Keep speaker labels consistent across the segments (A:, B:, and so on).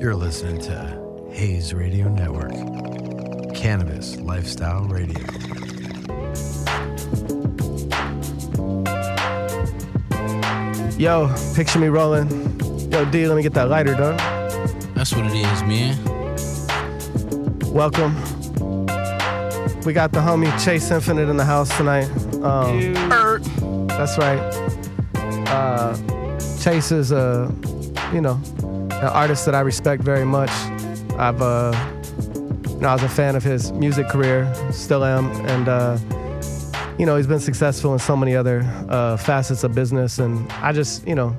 A: You're listening to Hayes Radio Network, Cannabis Lifestyle Radio.
B: Yo, picture me rolling. Yo, D, let me get that lighter done.
C: That's what it is, man.
B: Welcome. We got the homie Chase Infinite in the house tonight. Um, er, That's right. Uh, Chase is a, you know, an artist that I respect very much. I've, uh, you know, I was a fan of his music career, still am, and uh, you know, he's been successful in so many other uh, facets of business, and I just, you know,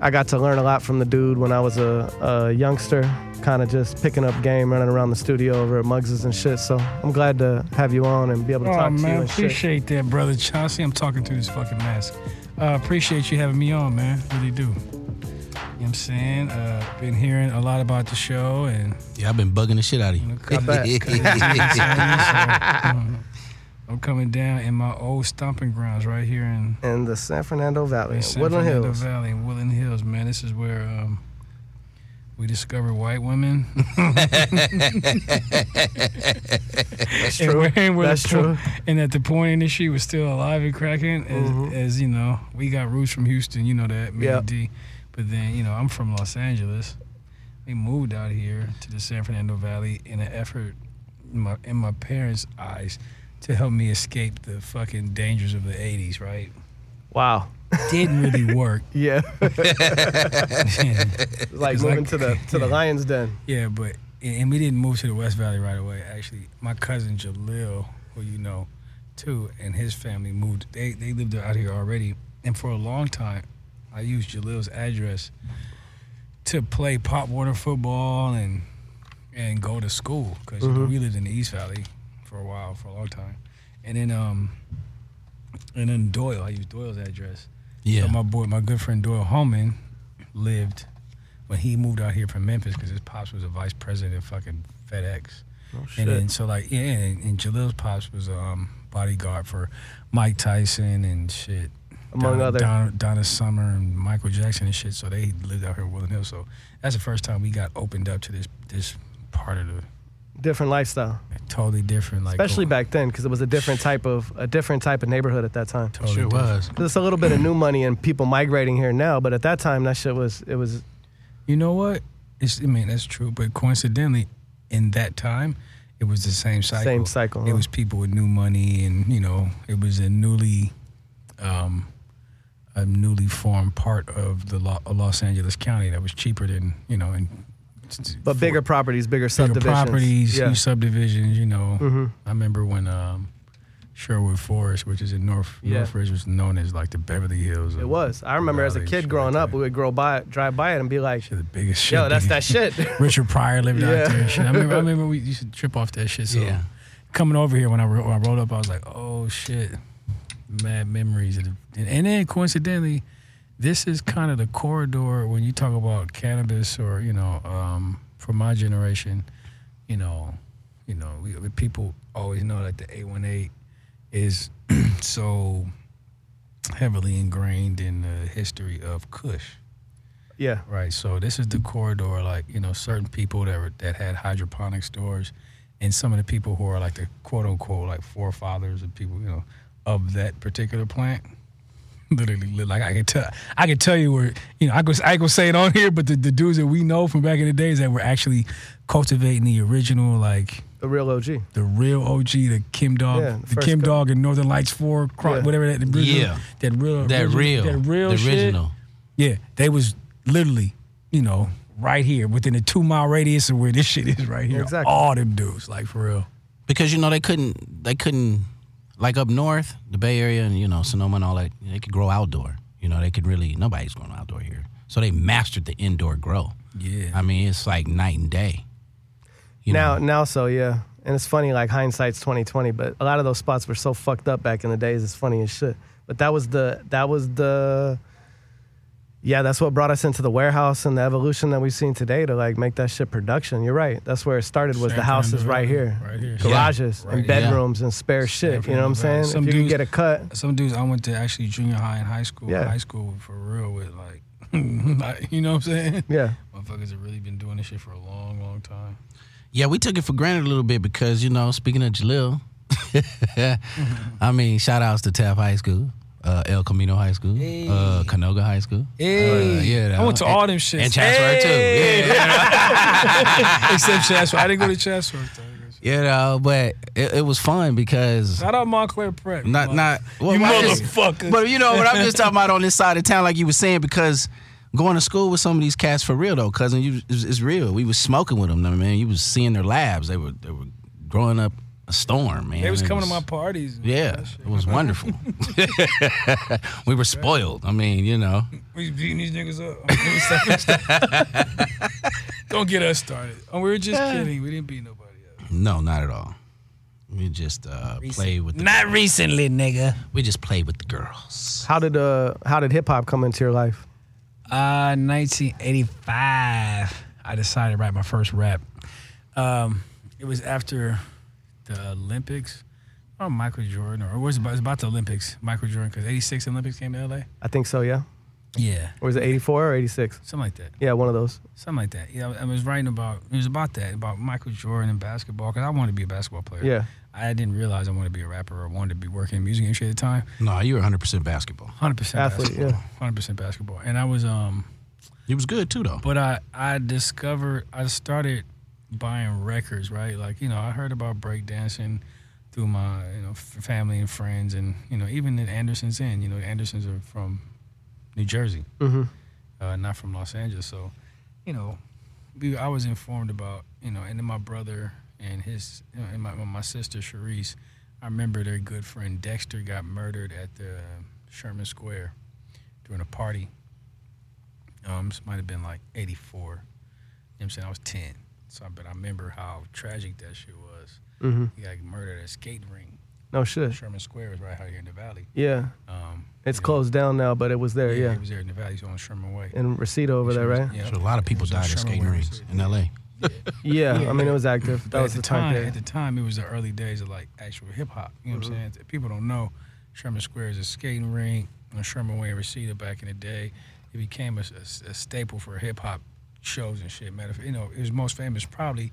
B: I got to learn a lot from the dude when I was a, a youngster, kind of just picking up game, running around the studio over at Muggs's and shit. So I'm glad to have you on and be able to
D: Oh
B: talk to you
D: man,
B: and shit.
D: appreciate that, brother. I see I'm talking through this fucking mask. Uh, appreciate you having me on, man. Really do. You know what I'm saying? Uh, been hearing a lot about the show and
C: Yeah, I've been bugging the shit out of you.
D: Come
B: back.
D: I'm coming down in my old stomping grounds right here in,
B: In the San Fernando Valley,
D: in
B: in
D: San
B: Woodland
D: Fernando
B: Hills.
D: Valley, in Woodland Hills, man. This is where um, we discovered white women.
B: That's
D: and
B: true.
D: where- and where the
B: That's
D: po-
B: true.
D: And at the point industry was still alive and cracking, as,
B: Mhm.
D: as you know, we got roots from Houston, you know that, Manny
B: Yep.
D: D. But then, you know, I'm from Los Angeles. We moved out here to the San Fernando Valley in an effort, in my, in my parents' eyes, to help me escape the fucking dangers of the 80s, right?
B: Wow.
D: Didn't really work.
B: Yeah. like
D: It's
B: moving
D: like-
B: to the to the lion's den.
D: Yeah, but and and we didn't move to the West Valley right away. Actually, my cousin Jalil, who you know, too, and his family moved. They they lived out here already, and for a long time, I used Jalil's address to play pop water football and and go to school because
B: Mhm.
D: we lived in the East Valley for a while, for a long time, and then um and then Doyle. I used Doyle's address. So
C: yeah.
D: my boy, my good friend Doyle Holman, lived when he moved out here from Memphis because his pops was a vice president of fucking FedEx,
B: Oh
D: and then so like yeah, and, and Jalil's pops was um bodyguard for Mike Tyson and shit,
B: Among
D: Donna,
B: other
D: Donna, Donna Summer and Michael Jackson and shit. So they lived out here in Woodland Hills. So that's the first time we got opened up to this this part of the
B: different lifestyle,
D: totally different like oh.
B: especially
D: going-
B: back then, because it was a different type of a different type of neighborhood at that time.
D: totally
C: Sure
D: different.
C: was.
B: There's a little bit of new money and people migrating here now, but at that time, that shit was it was
D: You know what? It's I mean that's true, but coincidentally, in that time, it was the same cycle.
B: same cycle.
D: It
B: huh?
D: was people with new money, and you know, it was a newly, um, a newly formed part of the Lo- uh, Los Angeles County that was cheaper than you know, and
B: but bigger properties, bigger subdivisions.
D: properties,
B: Yeah.
D: new subdivisions. You know,
B: hmm
D: I remember when um, Sherwood Forest, which is in North
B: Yeah.
D: Northridge, was known as like the Beverly Hills.
B: It
D: of
B: was. I remember as a
D: Raleigh,
B: kid
D: shit
B: growing
D: like
B: up,
D: that.
B: we would grow by, drive by it, and be like,
D: Shit, the biggest shit.
B: "Yo, that's
D: nigga.
B: that shit."
D: Richard Pryor lived
B: Yeah.
D: out there. And shit. I remember, I remember we used to trip off that shit. So
C: Yeah.
D: coming over here when I, ro- when I rolled up, I was like, oh shit, mad memories. of the- And, and then coincidentally, this is kind of the corridor when you talk about cannabis or you know, um, for my generation, you know, you know, we, we- people always know that the eight one eight is so heavily ingrained in the history of Kush.
B: yeah,
D: Right. So this is the corridor, like you know, certain people that were, that had hydroponic stores, and some of the people who are like the quote unquote like forefathers of people, you know, of that particular plant. Literally, li- like I can tell, I can tell you where you know I go. I go say it on here, but the, the dudes that we know from back in the days that were actually cultivating the original, like
B: the real OG.
D: the real OG, the Kim Dog,
B: Yeah, the
D: the
B: first
D: Kim
B: co-
D: Dog and Northern Lights Four, Cro-
B: Yeah.
D: whatever that, the original,
C: Yeah.
D: that real,
C: That
D: original-
C: real.
D: that real,
C: the
D: shit.
C: original.
D: Yeah, they was literally, you know, right here within a two mile radius of where this shit is right here.
B: Exactly.
D: All them dudes, like for real.
C: Because you know they couldn't they couldn't like up north, the Bay Area and you know, Sonoma and all that, they could grow outdoor. You know, they could really nobody's growing outdoor here. So they mastered the indoor grow.
D: Yeah.
C: I mean, it's like night and day. You
B: now,
C: know?
B: now, so yeah, and it's funny. Like hindsight's twenty twenty, but a lot of those spots were so fucked up back in the days. It's funny as shit. But that was the that was the yeah, that's what brought us into the warehouse and the evolution that we've seen today to like make that shit production. You're right. That's where it started. Was the
D: San
B: houses
D: Fernando
B: right
D: Valley,
B: here,
D: right here.
B: garages
D: Yeah,
B: and
D: right here.
B: bedrooms and spare shit. You know what I'm
D: Fernando
B: saying?
D: Valley. Some
B: if you can
D: dudes-
B: get a cut,
D: Some dudes I went to actually junior high and high school.
B: Yeah.
D: High school for real with like, like, you know what I'm saying?
B: yeah,
D: motherfuckers have really been doing this shit for a long, long time.
C: Yeah, we took it for granted a little bit because, you know, speaking of Jalil, I mean, shout outs to Taft High School, uh, El Camino High School, uh, Canoga High School. Uh, yeah, that
D: I went to
C: one.
D: all them shits.
C: And Chatsworth, too. Yeah, yeah.
D: Except Chatsworth. I didn't go to Chatsworth. though.
C: You know, but it, it was fun because.
D: Not on Montclair Prep.
C: Not,
D: Mon-
C: not, well,
D: You
C: I just-
D: motherfucker.
C: but you know, what I'm just talking about on this side of town, like you were saying, because going to school with some of these cats for real though, cousin, you it's, it's real. We was smoking with them, man. You was seeing their labs. They were they were growing up a storm, man.
D: They was
C: It
D: coming to my parties. and all
C: Yeah,
D: that shit.
C: it was wonderful. we were spoiled. I mean, you know.
D: We was beating these niggas up. Let me stop this stuff. Don't get us started. Oh, we were just kidding. We didn't beat nobody up.
C: No, not at all. We just uh, played with the,
D: Not recently, nigga.
C: we just played with the girls.
B: How did uh how did hip hop come into your life?
D: Uh, 1985. I decided to write my first rap. Um, it was after the Olympics. Oh, Michael Jordan, or it was about, it was about the Olympics. Michael Jordan, because 86 Olympics came to LA.
B: I think so, yeah.
D: Yeah.
B: Or was it 84 or 86?
D: Something like that.
B: Yeah, one of those.
D: Something like that. Yeah, I was writing about, it was about that, about Michael Jordan and basketball, because I wanted to be a basketball player.
B: Yeah.
D: I didn't realize I wanted to be a rapper or wanted to be working in the music industry at the time.
C: No, you were 100% basketball.
D: 100%
B: Athlete,
D: basketball. 100% basketball. And I was, um,
C: You was good too though.
D: but I, I discovered, I started buying records, right? Like, you know, I heard about breakdancing through my, you know, f- family and friends and, you know, even in Anderson's Inn, you know, Anderson's are from New Jersey,
B: Mhm.
D: uh, not from Los Angeles. So, you know, we, I was informed about, you know, and then my brother and his, you know, and my, my sister Sharice, I remember their good friend Dexter got murdered at the Sherman Square during a party. Um, this might have been like 84. You know what I'm saying? I was 10. So I but I remember how tragic that shit was.
B: Mm-hmm.
D: He got murdered at a skate ring.
B: No shit.
D: Sherman Square is right out here in the valley.
B: Yeah.
D: Um,
B: It's
D: yeah.
B: closed down now, but it was there, yeah.
D: He was there in the valley. He's on Sherman Way.
B: In Reseda over there, right?
D: Yeah.
C: So a lot of people
D: It was on
C: died at
D: Sherman
C: skating
D: Way,
C: rings
D: Reseda.
C: in LA.
B: Yeah, I mean it was active.
D: But
B: That was the
D: at
B: time
D: At
B: period. Mm-hmm.
D: the time, it was the early days of like actual hip hop. You know what I'm saying? People don't know Sherman Square is a skating rink on Sherman Way in Reseda back in the day. It became a, a- a staple for hip hop shows and shit. Matter of you know, it was most famous probably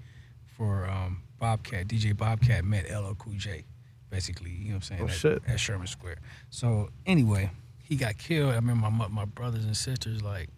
D: for um, Bobcat. DJ Bobcat met LL Cool J, basically. You know what I'm saying?
B: Oh,
D: at,
B: shit.
D: at Sherman Square. So anyway, he got killed. I remember my mo- my brothers and sisters like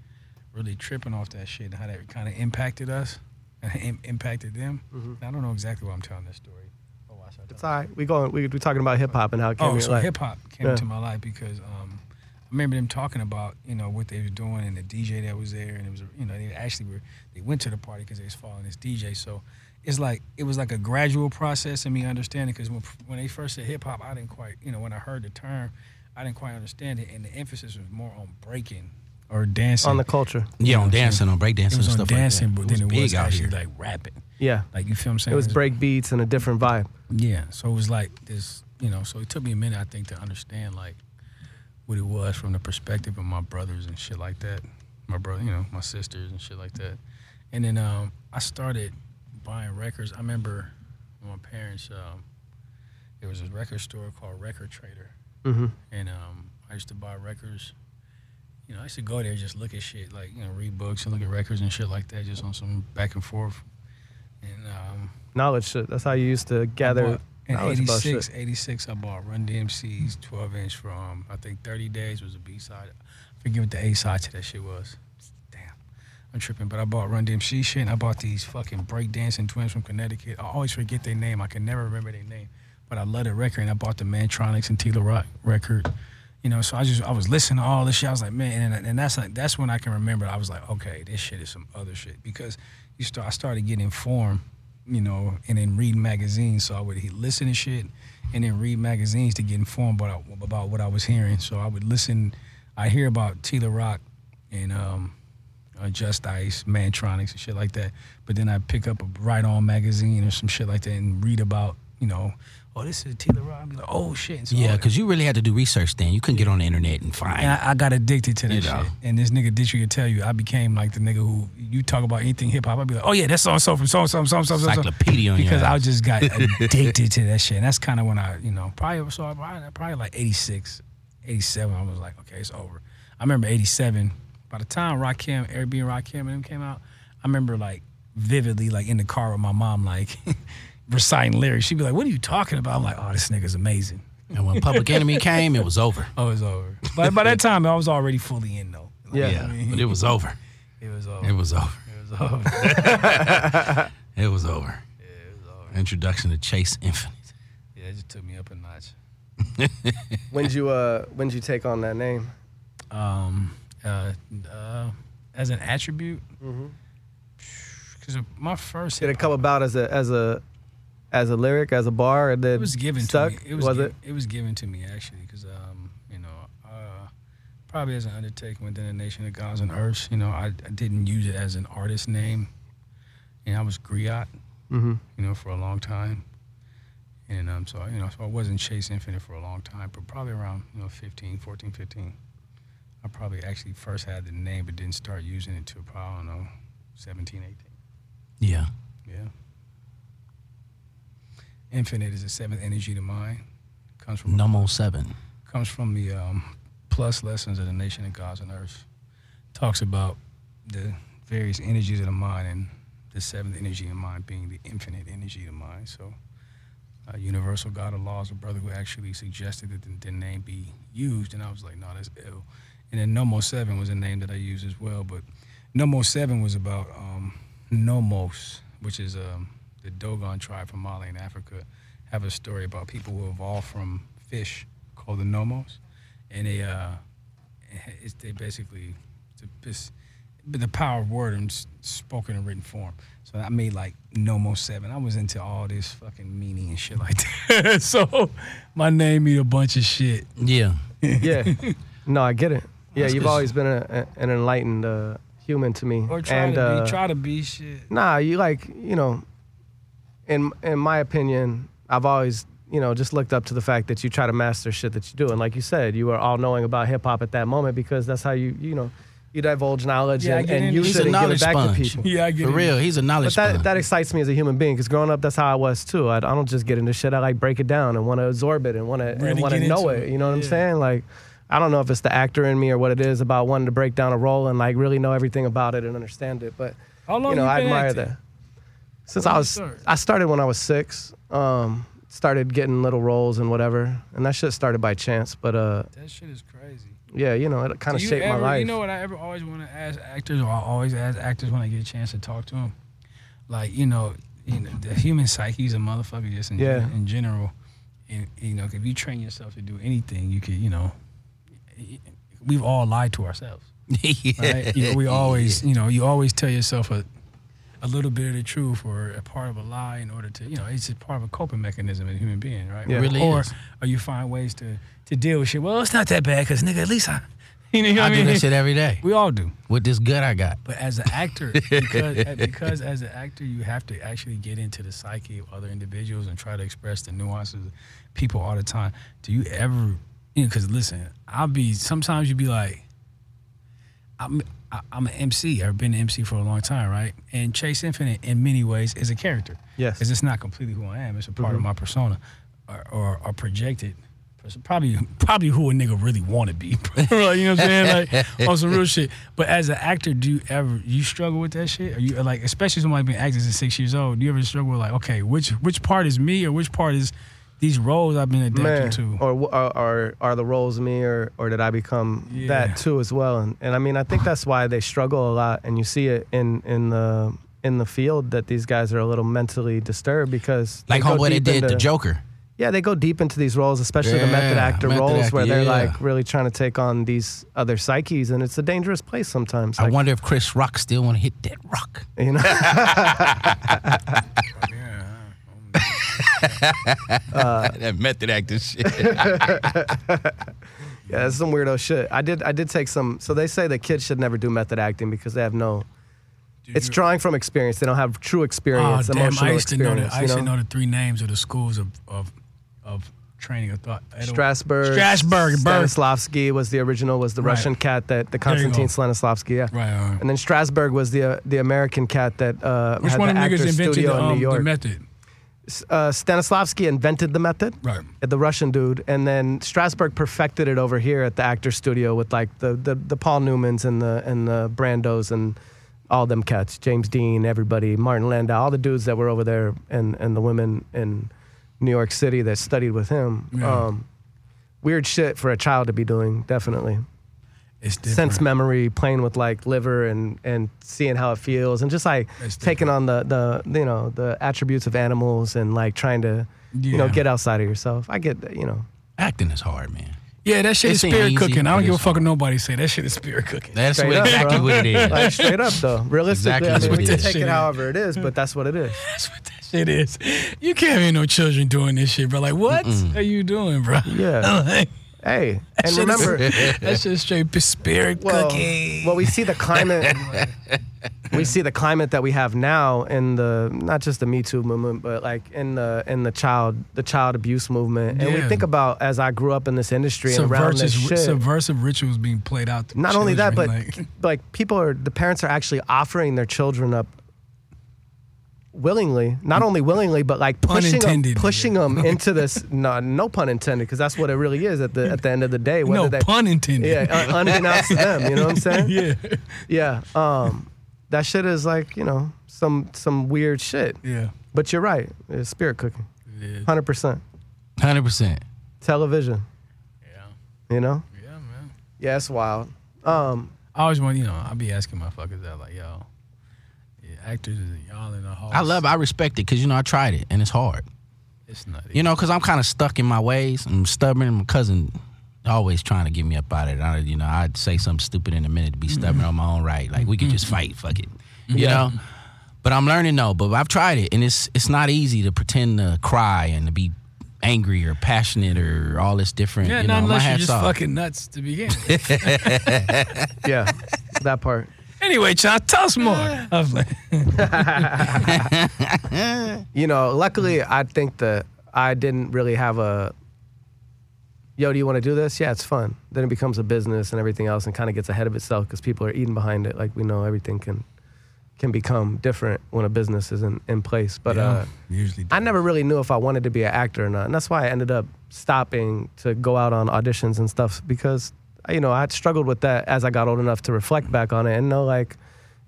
D: really tripping off that shit and how that kind of impacted us and im- impacted them. And I don't know exactly why I'm telling this story. Oh, why should I tell
B: Mm-hmm. It's all right. We going we we talking about hip hop and how it came
D: Oh,
B: to
D: so
B: your life.
D: hip hop came
B: Yeah.
D: into my life because um, I remember them talking about you know what they was doing and the DJ that was there, and it was you know they actually were they went to the party because they was following this DJ. So it's like it was like a gradual process in me understanding because when when they first said hip hop, I didn't quite you know when I heard the term, I didn't quite understand it, and the emphasis was more on breaking or dancing
B: on the culture.
C: Yeah, on dancing, on
D: It
C: breakdancing and
D: was
C: stuff
D: on dancing,
C: like
D: but
C: that.
D: then it
C: big
D: was
C: out
D: actually
C: here.
D: like rapping.
B: Yeah.
D: Like you feel what I'm saying?
B: It was break beats and a different vibe.
D: Yeah. So it was like this, you know, so it took me a minute, I think, to understand like what it was from the perspective of my brothers and shit like that. My brother, you know, my sisters and shit like that. And then um, I started buying records. I remember my parents, um, there was a record store called Record Trader.
B: Mm-hmm.
D: And um, I used to buy records. You know, I used to go there just look at shit, like, you know, read books and look at records and shit like that, just on some back and forth. And um,
B: Knowledge shit. That's how you used to gather
D: bought- in
B: knowledge about
D: 86,
B: shit.
D: 86, I bought Run DMC's 12 inch from, I think 30 Days was a B side. I forget what the A side to that shit was. Damn. I'm tripping, but I bought Run DMC shit and I bought these fucking breakdancing twins from Connecticut. I always forget their name. I can never remember their name, but I love the record and I bought the Mantronics and Tila Rock record. You know, so I just I was listening to all this shit. I was like, man, and, and that's like that's when I can remember. I was like, okay, this shit is some other shit because you start I started getting informed, you know, and then reading magazines. So I would he- listen to shit and then read magazines to get informed about about what I was hearing. So I would listen. I hear about Tila Rock and um, uh, Just Ice, Mantronics, and shit like that. But then I pick up a Right On magazine or some shit like that and read about, you know, oh, this is Tila Rock. I'd be like, oh shit. And so
C: Yeah, because you really had to do research then. You couldn't get on the internet and find.
D: and I, I got addicted to that
C: You
D: shit.
C: know.
D: And this nigga Dietrich could tell you, I became like the nigga who you talk about anything hip hop. I'd be like, oh yeah, that's so and so from so and so so and so so.
C: Encyclopedia on your
D: Because I
C: ass.
D: just got addicted to that shit. And that's kind of when I, you know, probably so I, probably- probably like 86, 87. I was like, okay, it's over. I remember 87. By the time Rakim, Airbnb Rakim and them came out, I remember like vividly, like in the car with my mom, like reciting lyrics. She'd be like, "What are you talking about?" I'm like, "Oh, this nigga's amazing."
C: And when Public Enemy came, it was over.
D: Oh, it's over. But by that time, I was already fully in though. Like,
B: Yeah.
C: Yeah, but it was over.
D: It was over.
C: It was over.
D: It was over.
C: It was over. Introduction to Chase Infinite.
D: yeah, it just took me up a notch.
B: When'd you uh when'd you take on that name?
D: um, uh, uh, as an attribute.
B: Mm-hmm.
D: Because my first
B: Did it
D: hip-hop-
B: come about as a as a as a lyric, as a bar, and then
D: It was given
B: stuck?
D: to me. It was,
B: was
D: gi-
B: it?
D: was given to me actually because um, you know uh, probably as an undertaking within the nation of gods and earths. You know, I, I didn't use it as an artist name, and I was Griot.
B: Mm-hmm.
D: you know, for a long time. And um, so, you know, so I wasn't Chase Infinite for a long time, but probably around, you know, 15, 14, 15. I probably actually first had the name, but didn't start using it till probably, I don't know, 17, 18.
C: Yeah.
D: Yeah. Infinite is the seventh energy to mind. Comes from
C: Number seven.
D: comes from the um, plus lessons of the nation of gods and earth. Talks about the various energies of the mind and the seventh energy of mind being the infinite energy of mind. So, uh, universal god of law is a brother who actually suggested that the, the name be used, and I was like, no, that's ill. And then Nomo Seven was a name that I used as well, but Nomo Seven was about um, Nomos, which is um, the Dogon tribe from Mali in Africa. Have a story about people who evolved from fish called the Nomos, and they uh, it's, they basically it's, it's but the power of word and s- spoken and written form. So I made like Nomo Seven. I was into all this fucking meaning and shit like that. so my name mean a bunch of shit.
C: Yeah.
B: Mm-hmm. Yeah. no, I get it. Yeah,
C: That's
B: you've
C: 'cause-
B: always been a, a- an enlightened uh, human to me.
D: Or try
B: and,
D: to
B: uh,
D: be, try to be shit.
B: Nah, you like you know, in in my opinion, I've always you know just looked up to the fact that you try to master shit that you do, and like you said, you were all knowing about hip hop at that moment because that's how you you know you divulge knowledge
D: Yeah, I
B: and,
D: get
B: and
D: into-
B: use
D: He's
B: it
D: a
B: and give it
C: knowledge
B: back
C: sponge.
B: to people.
D: Yeah, I get
C: For
D: it.
C: real, he's a
B: But
C: knowledge
B: that,
C: sponge.
B: that excites me as a human being because growing up, that's how I was too. I, I don't just get into shit. I like break it down and want to absorb it and want to
D: Really
B: and want to
D: get
B: know
D: into
B: it.
D: it.
B: You know what I'm
D: Yeah.
B: saying? Like, I don't know if it's the actor in me or what it is about wanting to break down a role and like really know everything about it and understand it. But
D: How long
B: you know, I
D: been
B: admire
D: acting?
B: that. Since
D: When
B: I
D: you
B: was,
D: start?
B: I started when I was six. Um, started getting little roles and whatever, and that shit started by chance. But uh,
D: That shit is crazy.
B: yeah, you know, it kind of
D: Do you
B: shaped
D: ever-
B: my life.
D: You know what I ever always want to ask actors, or I always ask actors when I get a chance to talk to them, like you know, you know, the human psyche's a motherfucker just in, gen-
B: Yeah.
D: in general, and you know, if you train yourself to do anything, you could, you know, we've all lied to ourselves, right?
C: yeah.
D: You know, we always, you know, you always tell yourself a. A little bit of the truth, or a part of a lie, in order to, you know, it's just part of a coping mechanism in a human being, right?
B: Yeah.
D: Or-
C: Really
D: or,
C: is.
D: or you find ways to to deal with shit. Well, it's not that bad, cause nigga, at least I, you know, you know what
C: I
D: I
C: do
D: mean?
C: that shit every day
D: We all do.
C: with this gut I got.
D: But as an actor, because, eh, because as an actor, you have to actually get into the psyche of other individuals and try to express the nuances of people all the time. Do you ever, you know, because listen, I'll be, sometimes you be like, I'm, I- I'm an MC. I've been an MC for a long time, right? And Chase Infinite, in many ways, is a character.
B: Yes.
D: Because it's not completely who I am. It's a part
B: Mm-hmm.
D: of my persona or, or, or projected. pers- Probably, probably who a nigga really want to be. Like, you know what I'm saying? Like on some real shit. But as an actor, do you ever you struggle with that shit? Are you like, especially somebody been acting since six years old? Do you ever struggle with like, okay, which which part is me or which part is these roles I've been adapting
B: Man, Oh,
D: to?
B: Or, wh- or or are the roles me, or or did I become
D: Yeah.
B: that too as well? And and I mean, I think that's why they struggle a lot, and you see it in in the in the field that these guys are a little mentally disturbed because
C: Like
B: go
C: homeboy that
B: deep
C: did
B: into-
C: the Joker.
B: Yeah, they go deep into these roles, especially the method
C: Yeah,
B: actor
C: method
B: roles,
C: actor,
B: where they're
C: yeah.
B: like really trying to take on these other psyches, and it's a dangerous place sometimes.
C: I
B: Like,
C: wonder if Chris Rock still want to hit that rock.
B: you know.
D: yeah. I-
C: that method actor shit.
B: Yeah, that's some weirdo shit. I did I did take some so they say that kids should never do method acting because they have no it's
D: you-
B: drawing from experience. They don't have true experience,
D: oh,
B: emotional
D: damn, I used to know
B: experience.
D: the, I
B: you
D: used
B: know?
D: to know the three names of the schools of of, of training of thought. Edo-
B: Strasbourg.
D: Strasbourg, Berg.
B: Stanislavski was the original, was the
D: Right.
B: Russian cat that the
D: There you
B: Konstantin
D: go.
B: Stanislavski, yeah.
D: Right, right, right.
B: And then Strasbourg was the uh, the American cat that uh,
D: Which
B: had
D: one of
B: the
D: them niggas
B: actor's
D: invented
B: studio
D: the,
B: in
D: um,
B: New York.
D: the method?
B: S- uh, Stanislavski invented the method,
D: Right.
B: the Russian dude, and then Strasbourg perfected it over here at the actor studio with like the the, the Paul Newmans and the and the Brandos and all them cats, James Dean, everybody, Martin Landau, all the dudes that were over there, and and the women in New York City that studied with him.
D: Yeah.
B: Um, weird shit for a child to be doing, definitely.
D: It's different.
B: Sense memory, playing with like liver and and seeing how it feels, and just like
D: It's
B: taking on the the you know the attributes of animals and like trying to you know
D: Yeah.
B: get outside of yourself. I get that, you know.
C: Acting is hard, man.
D: Yeah, that shit
C: It
D: is
C: seem
D: spirit
C: easy,
D: cooking. I
C: it
D: don't give a
C: is
D: fuck what nobody say. That shit is spirit cooking.
C: That's
B: Straight
C: what,
B: up,
C: exactly
B: bro.
C: what it is.
B: Like straight up though, realistically,
C: Exactly
B: I mean,
C: what
B: we
C: it
B: can
C: is.
B: take it
D: Shit.
B: however it is, but that's what it is.
D: That's what that shit is. You can't have no children doing this shit, bro. Like, what are you doing, bro?
B: Yeah.
D: Like,
B: Hey, and
D: shit is-
B: remember,
D: that shit straight p- spirit
B: well,
D: cooking.
B: well, we see the climate. we see the climate that we have now in the not just the Me Too movement, but like in the in the child the child abuse movement. And we
D: Yeah.
B: think about as I grew up in this industry and around
D: subversive,
B: this shit.
D: subversive rituals being played out. To
B: not only that, but
D: children,
B: like,
D: like,
B: people are the parents are actually offering their children up willingly, not only willingly, but like pushing them,
D: Unintended.
B: pushing them into this. No, no pun intended, because that's what it really is at the at the end of the day. Whether
D: no
B: they,
D: pun intended.
B: yeah, uh-huh. un- unbeknownst to them, you know what I'm saying?
D: yeah,
B: Yeah, um, that shit is like you know some some weird shit.
D: yeah.
B: But you're right, it's spirit cooking,
D: is.
B: hundred percent.
C: 100%.
B: Television,
D: Yeah.
B: you know?
D: Yeah, man.
B: Yeah, it's wild. Um,
D: I always want, you know, I'll be asking my fuckers that, like, yo, yeah, actors, y'all in the hall.
C: I love it. I respect it because, you know, I tried it and it's hard.
D: It's not.
C: You know, because I'm kind of stuck in my ways. I'm stubborn. My cousin always trying to get me up out of it. I, you know, I'd say something stupid in a minute to be stubborn
D: Mm-hmm.
C: on my own right. Like we could just fight. Fuck it. You know. But I'm learning though. But I've tried it, and it's it's not easy to pretend to cry and to be angry or passionate or all this different.
D: yeah,
C: you know,
D: not
C: my
D: unless you're
C: hat's
D: just
C: off.
D: fucking nuts to begin. with.
B: yeah, that part.
D: anyway, John, tell us more. I'm like,
B: you know, luckily, I think that I didn't really have a, yo, do you want to do this? Yeah, it's fun. Then it becomes a business and everything else, and kind of gets ahead of itself because people are eating behind it. Like we know, everything can can become different when a business isn't in place. But uh,
D: usually,
B: I never really knew if I wanted to be an actor or not, and that's why I ended up stopping to go out on auditions and stuff because you know I struggled with that as I got old enough to reflect back on it and know like,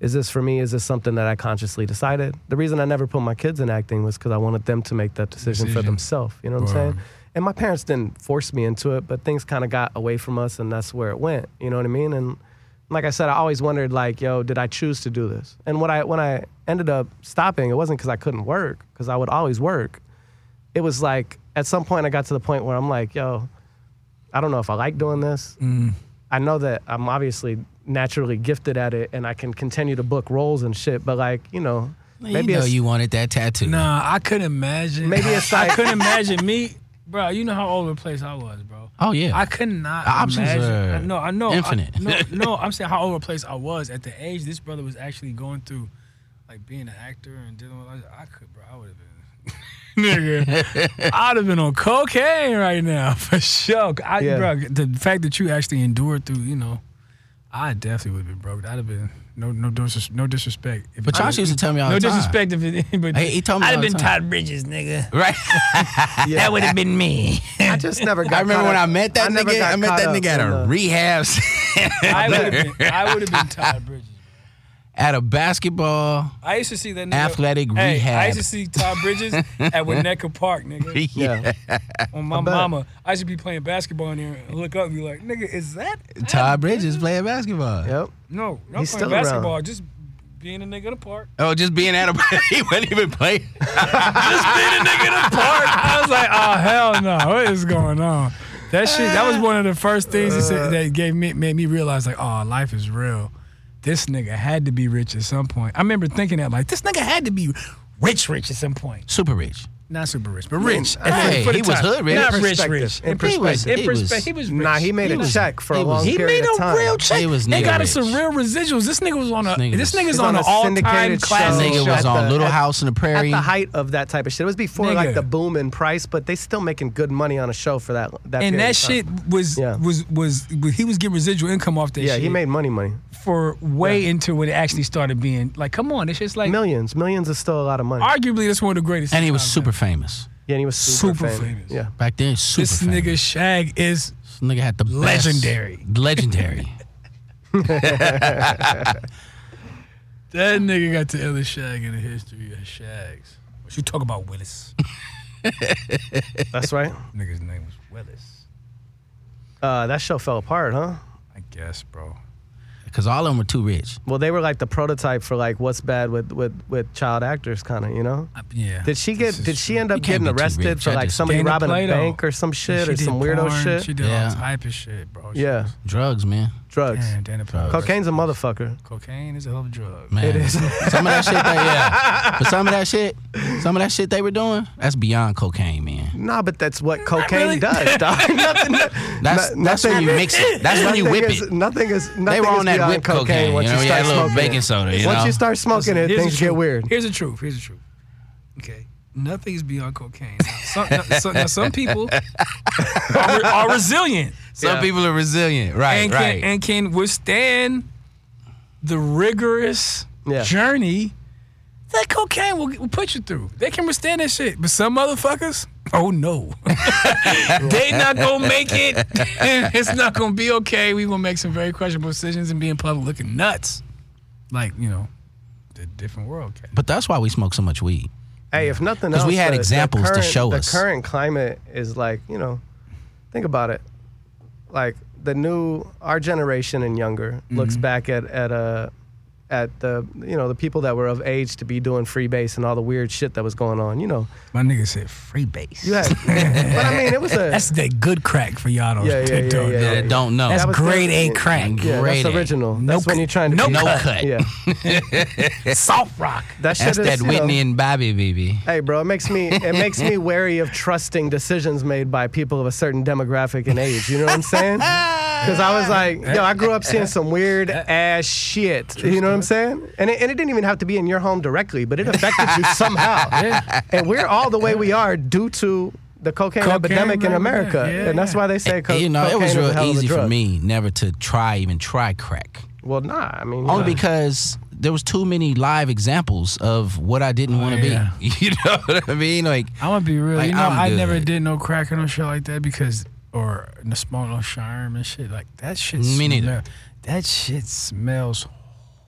B: is this for me? Is this something that I consciously decided? The reason I never put my kids in acting was because I wanted them to make that decision, for
D: Decision.
B: themselves. You know what I'm
D: Right.
B: saying? And my parents didn't force me into it, but things kind of got away from us, and that's where it went. You know what I mean? And like I said, I always wondered, like, yo, did I choose to do this? And what I when I ended up stopping, it wasn't because I couldn't work, because I would always work. It was like at some point I got to the point where I'm like, yo, I don't know if I like doing this. I know that I'm obviously naturally gifted at it, and I can continue to book roles and shit. But like, you know, maybe
C: you know
B: it's-
C: you wanted that tattoo.
D: Nah, I couldn't imagine.
B: Maybe it's
D: I
B: like-
D: couldn't imagine me, bro. You know how all over the place I was, bro.
C: Oh yeah.
D: I could not
C: The options
D: imagine.
C: are
D: I- no, I know. I-
C: infinite.
D: no, no, I'm saying how over the place I was at the age this brother was actually going through, like being an actor and dealing with. I could, bro. I would have been. Nigga, I'd have been on cocaine right now for sure. I,
B: Yeah.
D: bro, the fact that you actually endured through, you know, I definitely would have been broke. I'd have been no, no, dis- no disrespect. If
C: but
D: I-
C: y'all used to tell me all
D: no
C: the time.
D: disrespect if it, but
C: Hey, he told me
D: I'd
C: all
D: have
C: the
D: been
C: time.
D: Todd Bridges, nigga.
C: Right.
B: Yeah.
C: would have been me.
B: I just never got.
C: I remember
B: caught
C: when
B: up-
C: I met that
B: never
C: nigga.
B: got
C: I met
B: caught
C: that
B: up
C: nigga at
B: in
C: a
B: the-
C: rehab.
D: I would have been, I would have been Todd Bridges.
C: at a basketball.
D: I used to see that nigga,
C: Athletic
D: hey, I
C: rehab.
D: used to see Todd Bridges at Winnetka Park, nigga.
B: Yeah,
D: On my
B: bet.
D: mama, I should be playing basketball in there and look up and be like, nigga, is that
C: Todd Bridges playing basketball.
B: yep.
D: No, I'm playing
B: He's still around.
D: basketball. Just being a nigga in the park.
C: Oh, just being at a he wasn't even playing.
D: park. I was like, oh hell no, what is going on? That shit. That was one of the first things he said that gave me made me realize like, oh, life is real. This nigga had to be rich at some point. I remember thinking that like, this nigga had to be rich, rich at some point.
C: Super rich.
D: Not super rich, but rich.
B: Man,
D: At-
C: hey,
D: for the
C: he was
D: time.
C: hood rich.
D: Not rich,
B: Perspective.
D: rich.
B: In
D: perspe-
C: perspective.
D: in
C: He was-
D: perspe- he was rich.
B: Nah, he made
C: He
B: a
C: was-
B: check for a
C: he was-
B: long
D: He
B: period
D: made
B: of
D: a
B: time.
D: real check.
C: He was
D: they
C: nigga
D: got us
C: rich.
D: some real residuals. This nigga was on a.
C: This nigga
D: This
C: was-
D: nigga's
B: He's
D: on
B: on
D: an
B: a
D: all-time
B: syndicated
C: That
B: Oh,
D: classic.
C: nigga
B: show. At
C: was on
B: the-
C: Little
B: at-
C: House on the
B: At
C: Prairie.
B: the height of that type of shit, it was before
D: Nigga.
B: like the boom in price, but they still making good money on a show for that. that
D: And
B: period
D: that
B: of time.
D: shit was,
B: Yeah.
D: was was was he was getting residual income off that
B: Yeah,
D: shit.
B: he made money, money,
D: for way into when it actually started being like, come on, it's just like
B: millions, millions is still a lot of money.
D: arguably that's one of the greatest.
C: and he was
D: sitcoms
C: super
D: ever.
C: famous.
B: yeah, and he was super,
D: super
B: famous.
D: famous.
B: Yeah,
C: Back then, super
D: This
C: famous.
D: nigga Shag is
C: this nigga had the best-
D: Legendary.
C: Legendary.
D: That nigga got the other shag in the history of shags. What you talk about, Willis?
B: That's right.
D: Nigga's name was Willis.
B: Uh, that show fell apart, huh?
D: I guess, bro.
C: Because all of them are too rich.
B: Well, they were like the prototype for like what's bad with with with child actors, kind of, you know.
D: I- yeah.
B: Did she
D: this
B: get?
D: is
B: Did she
D: true.
B: end up
C: You can't
B: getting
C: be too
B: arrested
C: rich.
B: for
C: I
B: like
C: just-
B: somebody
D: Dana
B: robbing
D: Plato.
B: a bank or some shit
D: She
B: or
D: did
B: some weirdo
D: porn,
B: shit?
D: She did all
C: Yeah.
D: type of shit, bro. She
B: yeah,
D: was-
C: Drugs, man.
B: drugs.
D: Damn, Dana Plato.
B: Cocaine's a motherfucker.
D: Cocaine is a hell of a drug.
C: Man.
B: It is.
C: some of that shit, they, yeah. But some of that shit, some of that shit they were doing, that's beyond cocaine, man.
B: Nah, but that's what cocaine
D: really.
B: does, dog. nothing.
C: That's
B: no-
C: that's when you mix it. That's when you
B: nothing
C: whip
B: is-
C: it.
B: Nothing is. Nothing
C: They were
B: is
C: on that
B: beyond
C: whip cocaine.
B: once
C: you know,
B: you
C: yeah,
B: start
C: a little
B: smoking
C: baking
B: it.
C: soda. You
B: once
C: know?
B: you start smoking it,
D: Here's the
B: things get
D: truth.
B: weird.
D: Here's the truth. Here's the truth. Okay. Nothing's beyond cocaine. Now, some, now, some, now, some people are, re- are resilient
C: Some people are resilient, right?
D: and can,
C: right.
D: and can withstand the rigorous
B: Yeah.
D: journey that cocaine will, will put you through. They can withstand that shit. But some motherfuckers, oh no. they not gonna make it. it's not gonna be okay. We gonna make some very questionable decisions and be in public looking nuts. Like, you know, the different world cat.
C: but that's why we smoke so much weed.
B: Hey, if nothing
C: 'Cause
B: else,
C: we had
B: the- the
C: examples to
B: current-
C: show
B: the
C: us.
B: current climate is like you know, think about it. Like the new our generation and younger looks
C: Mm-hmm.
B: back at at uh at the you know the people that were of age to be doing free base and all the weird shit that was going on. You know,
D: My nigga said free base.
B: you had. but I mean, it was a
D: That's the good crack for y'all on
B: Yeah, yeah, yeah,
D: TikTok.
B: yeah,
C: That
B: yeah.
C: don't know.
D: That's
B: That was
D: grade
B: the-
D: A crack.
B: yeah,
C: Grade
B: that's
C: Oh. A.
B: original. that's when
D: cut.
B: you're trying to
D: No
B: be
C: no cut.
B: Yeah,
D: Soft rock.
B: that shit
C: That's
B: is,
C: that
B: you know-
C: Whitney and Bobby, baby.
B: Hey, bro, it makes me it makes me wary of trusting decisions made by people of a certain demographic and age. You know what I'm saying? Because I was like, yo, I grew up seeing some weird ass shit. You know what I'm saying? And it, and it didn't even have to be in your home directly, but it affected you somehow. And we're all the way we are due to the cocaine,
D: Cocaine,
B: epidemic in
D: right,
B: America,
D: yeah,
B: and that's
D: yeah.
B: why they say co-
C: you know, it
B: cocaine
C: was
B: is a
C: real
B: hell of a
C: easy for
B: drug.
C: me never to try even try crack.
B: Well, nah, I mean,
C: Only
B: you know.
C: because there was too many live examples of what I didn't want to
D: yeah.
C: be. You know what I mean? Like
D: I'm gonna be real.
C: Like,
D: you know,
C: I'm
D: i never
C: good.
D: did no crack or no shit like that because, or no smoke, no sherm and shit like that. Shit.
C: Me neither.
D: smell- That shit smells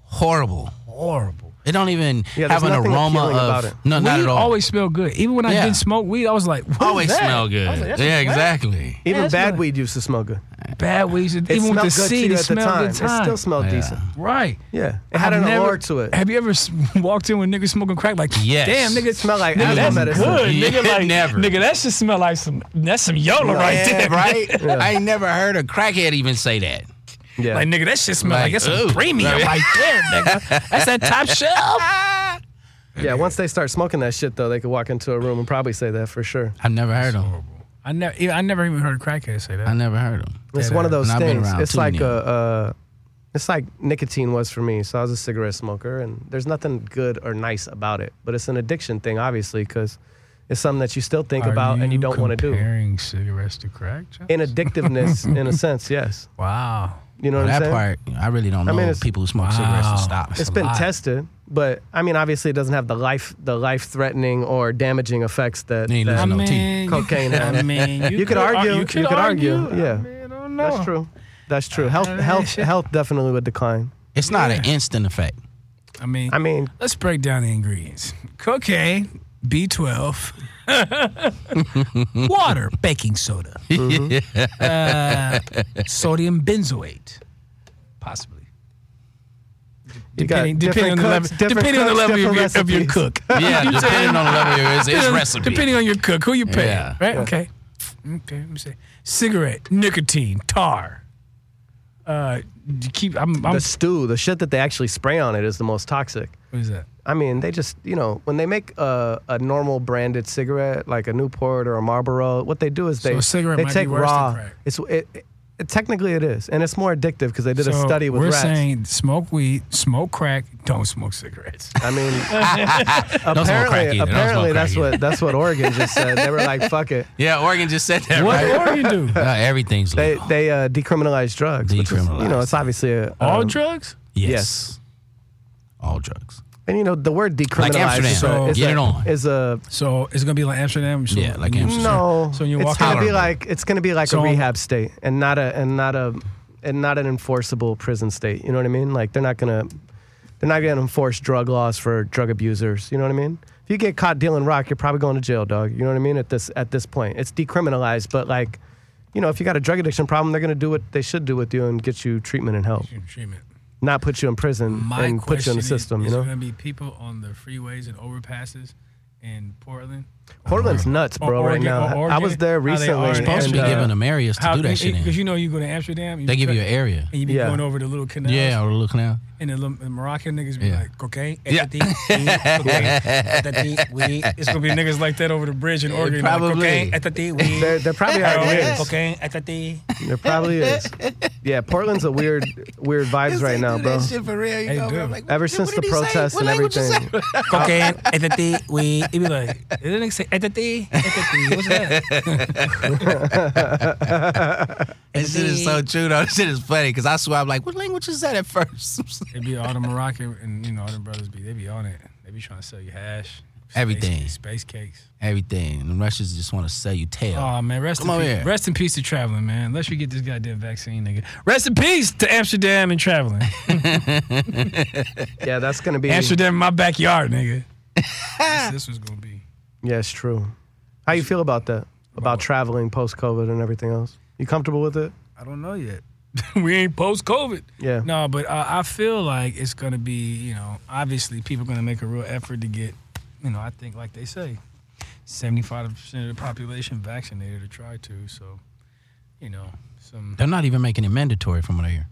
C: horrible.
D: horrible.
C: It don't even
B: Yeah,
C: have
B: there's
C: an
B: nothing
C: aroma
B: appealing about
C: of
B: it.
C: no, not
D: weed
C: at all.
D: always smell good. Even when I
C: Yeah.
D: didn't smoke weed, I was like, what is
C: always
D: that?
C: smell good.
D: I was like, that's
C: yeah,
D: a crack.
C: exactly.
B: even
D: that's
B: bad
D: what-
B: weed used to smell good.
D: Bad weeds.
B: It
D: even with
B: smelled
D: the
B: good
D: seed,
B: to you
D: it
B: at the
D: smelled
B: time.
D: good time.
B: It still smelled
C: Yeah.
B: decent.
D: right.
B: Yeah, it had
D: I've
B: an
D: never-
B: allure to it.
D: Have you ever s- walked in with niggas smoking crack? Like,
C: Yes.
D: damn, nigga,
B: It smelled like
D: nigga,
B: animal
D: that's
B: medicine.
D: good, nigga.
C: Yeah,
D: Like,
C: never.
D: nigga, that shit smell like some. That's some Yola right
C: Yeah,
D: there,
C: right? I ain't never heard a crackhead even say that.
B: Yeah.
D: Like, nigga, that shit smell like,
C: Like,
D: it's
C: ooh.
D: some premium
C: Right.
D: right there, nigga. That's that top shelf.
B: Yeah, once they start smoking that shit, though, they could walk into a room and probably say that for sure.
C: I've never heard him.
D: I never, e, I never even heard a crackhead say
C: I
D: that.
C: never heard him.
B: It's one of those
C: And I've been
B: things.
C: around
B: It's
C: too
B: like
C: many
B: a,
C: of
B: uh, it's like nicotine was for me. So I was a cigarette smoker, and there's nothing good or nice about it. But it's an addiction thing, obviously, because it's something that you still think about and you don't want to do.
D: Comparing cigarettes to crack. Jones?
B: In addictiveness, in a sense, yes.
D: wow.
B: You know what I'm
C: that
B: saying?
C: part, I really don't know
B: mean, it's-
C: people who smoke cigarettes
D: Wow.
C: and stop.
B: it's
D: a
B: been
D: lot.
B: tested, but I mean, obviously, it doesn't have the life, the life-threatening or damaging effects that.
C: Ain't
B: that-
C: losing no
D: you-
B: Cocaine.
D: I mean, you,
B: could argue, you could argue, yeah.
D: I mean, I don't know.
B: that's true. That's true. Health,
D: mean,
B: health,
D: shit.
B: health definitely would decline.
C: It's not an instant effect.
D: I mean,
B: I mean,
D: let's break down the ingredients: cocaine, B twelve, water, baking soda,
B: Mm-hmm.
D: uh, sodium benzoate, possibly.
B: you got
D: Depending,
B: different
D: depending on the
B: cooks,
D: level,
B: different
D: depending on the
B: cooks,
D: level of your,
B: different
D: of your
B: recipes.
D: cook.
C: Yeah,
D: You
C: depending on
D: saying?
C: the level you're is, it's
D: Depending-
C: recipe.
D: Depending on your cook, who you paying,
C: Yeah.
D: right? Okay. Okay, let me see. Cigarette, nicotine, tar. Uh, you keep. I'm. I'm
B: the stew, the shit that they actually spray on it is the most toxic.
D: what is that?
B: I mean, they just, you know, when they make a, a normal branded cigarette, like a Newport or a Marlboro, what they do is they
D: a cigarette
B: they
D: might be
B: take
D: worse than
B: raw.
D: crack.
B: It's it, it, technically it is, and it's more addictive because they did a
D: So
B: study with
D: we're
B: rats.
D: saying smoke weed, smoke crack, don't smoke cigarettes.
B: I mean,
C: Don't smoke crack
B: apparently,
C: either. Don't smoke
B: apparently
C: crack
B: that's
C: either.
B: what that's what Oregon just said. They were like, "Fuck it."
C: Yeah, Oregon just said that.
D: what
C: Right?
D: are you do?
C: Uh, everything's
B: They
C: legal.
B: they uh, decriminalized drugs, which is, you know,
C: Decriminalized.
B: it's obviously a,
D: All
B: um,
D: drugs?
C: yes.
B: yes.
C: all drugs.
B: And you know, the word decriminalized is
C: Amsterdam.
B: a, is
C: Get
B: a-
C: it on.
B: is a
D: So it's gonna be like Amsterdam. So
C: Yeah, like Amsterdam.
B: No,
D: So you
B: it's
D: walk
B: gonna be
C: tolerable.
B: like it's gonna be like
D: So-
B: a rehab state, and not a and not a and not an enforceable prison state. You know what I mean? Like they're not gonna They're not going to enforce drug laws for drug abusers. You know what I mean? If you get caught dealing rock, you're probably going to jail, dog. You know what I mean? At this at this point, it's decriminalized, but like, you know, if you got a drug addiction problem, they're going to do what they should do with you and get you treatment and help,
D: Treatment.
B: not put you in prison
D: My
B: and put you in
D: question
B: the system.
D: Is,
B: you know,
D: going to be people on the freeways and overpasses in Portland?
B: Portland's nuts,
D: Or-
B: bro.
D: or
B: right
D: get-
B: now,
D: or- or
B: I was
D: get-
B: there
D: how they
B: recently.
D: are
C: supposed to be
D: And, uh,
C: given them areas to do that shit in.
D: Because you know you go to Amsterdam, you
C: they give
D: try-
C: you an area.
D: and you be
B: Yeah.
D: going over the little canals.
C: Yeah, or look now.
D: And the, little- the Moroccan niggas be
C: Yeah.
D: like, cocaine,
C: Yeah.
D: ecstasy, weed, cocaine, ecstasy, weed. It's gonna be niggas like that over the bridge in
C: Yeah,
D: Oregon.
C: probably.
D: Like, cocaine, ecstasy, weed.
B: There, there probably already
D: heroin,
B: is.
D: cocaine, ecstasy.
B: There probably is. Yeah, Portland's a weird, weird vibes right now, bro.
C: for real. You
D: They go, do. I'm like,
B: Ever since the protests and everything,
D: Cocaine, ecstasy, weed. It be like, did that nigga say ecstasy? Ecstasy. What's that?
C: That shit is so true, though. That shit is funny because I swear I'm like, what language is that at first?
D: It be all the Moroccan and you know all the brothers be. They be on it. They be trying to sell you hash, space-
C: Everything.
D: space cakes.
C: Everything. And the Russians just want to sell you tail.
D: Oh man, rest
C: Come
D: in
C: over
D: peace.
C: here.
D: Rest in peace to traveling, man. Unless you get this goddamn vaccine, nigga. Rest in peace to Amsterdam and traveling.
B: yeah, that's gonna be.
D: Amsterdam, in my backyard, nigga. this, this was gonna be.
B: Yeah, it's true. How you feel about that? About traveling post COVID and everything else? You comfortable with it?
D: I don't know yet. we ain't post COVID.
B: Yeah.
D: No, but I, I feel like it's gonna be. You know, obviously people gonna make a real effort to get. You know, I think like they say, seventy-five percent of the population vaccinated or try to. So, you know, some.
C: They're not even making it mandatory from what I hear.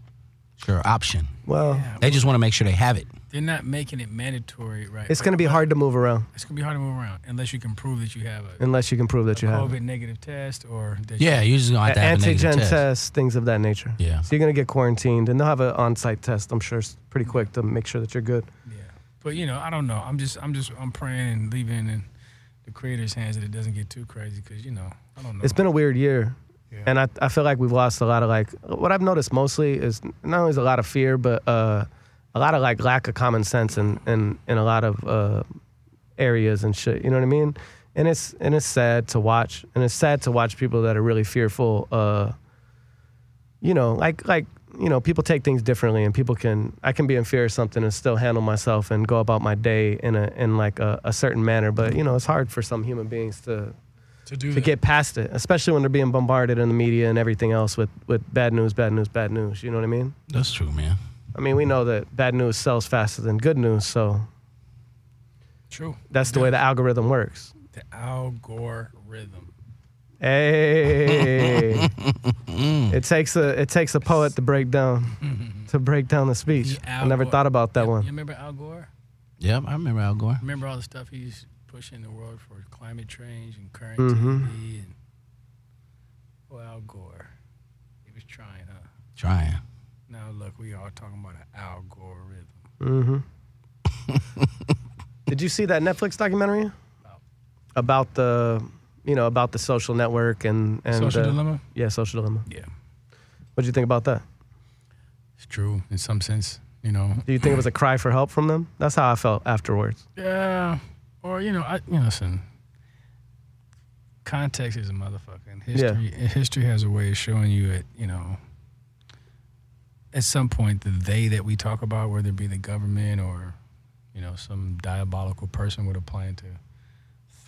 C: Sure, option.
B: Well,
C: They just want to make sure they have it.
D: They're not making it mandatory, right?
B: it's gonna be hard to move around
D: It's gonna be hard to move around unless you can prove that you have a
B: unless you can prove that you have
D: COVID
B: it.
D: negative test or that
C: Yeah, you're just going to have to have a
B: antigen
C: negative
B: tests,
C: test.
B: things of that nature.
C: Yeah.
B: So you're gonna get quarantined, and they'll have an on-site test. I'm sure s- pretty quick to make sure that you're good.
D: You, yeah. But you know, I don't know. I'm just, I'm just, I'm praying and leaving in the creator's hands that it doesn't get too crazy because you know, I don't know.
B: It's been a weird year.
D: Yeah.
B: And I, I feel like we've lost a lot of like what I've noticed mostly is not only is a lot of fear, but uh, a lot of like lack of common sense in, in, in a lot of uh, areas and shit. You know what I mean? And it's and it's sad to watch, and it's sad to watch people that are really fearful. Uh, you know, like like you know, people take things differently, and people can I can be in fear of something and still handle myself and go about my day in a in like a, a certain manner. But you know, it's hard for some human beings to
D: to do
B: to get past it, especially when they're being bombarded in the media and everything else with, with bad news, bad news, bad news. You know what I mean?
C: That's true, man.
B: I mean, we know that bad news sells faster than good news, so
D: True.
B: that's the way the algorithm works.
D: The algorithm.
B: Hey, it takes a it takes a poet to break down to break down the speech.
D: The
B: I never
D: algor-
B: thought about that
D: you,
B: one.
D: You remember Al Gore?
C: Yep, I remember Al Gore.
D: Remember all the stuff he's pushing the world for climate change and current
B: Mhm.
D: TV and well, Al Gore. He was trying, huh?
C: Trying.
D: Now look, we all talking about an algorithm.
B: hmm Mm-hmm. Did you see that Netflix documentary about the you know about the social network and and
D: Social
B: uh,
D: dilemma.
B: Yeah, social dilemma.
D: Yeah,
B: What'd you think about that?
D: it's true in some sense. You know.
B: Do you think it was a cry for help from them? That's how I felt afterwards.
D: Yeah, or you know, I you know, listen. Context is a motherfucker, and history and history has a way of showing you it. You know, at some point, the they that we talk about, whether it be the government or you know some diabolical person with a plan to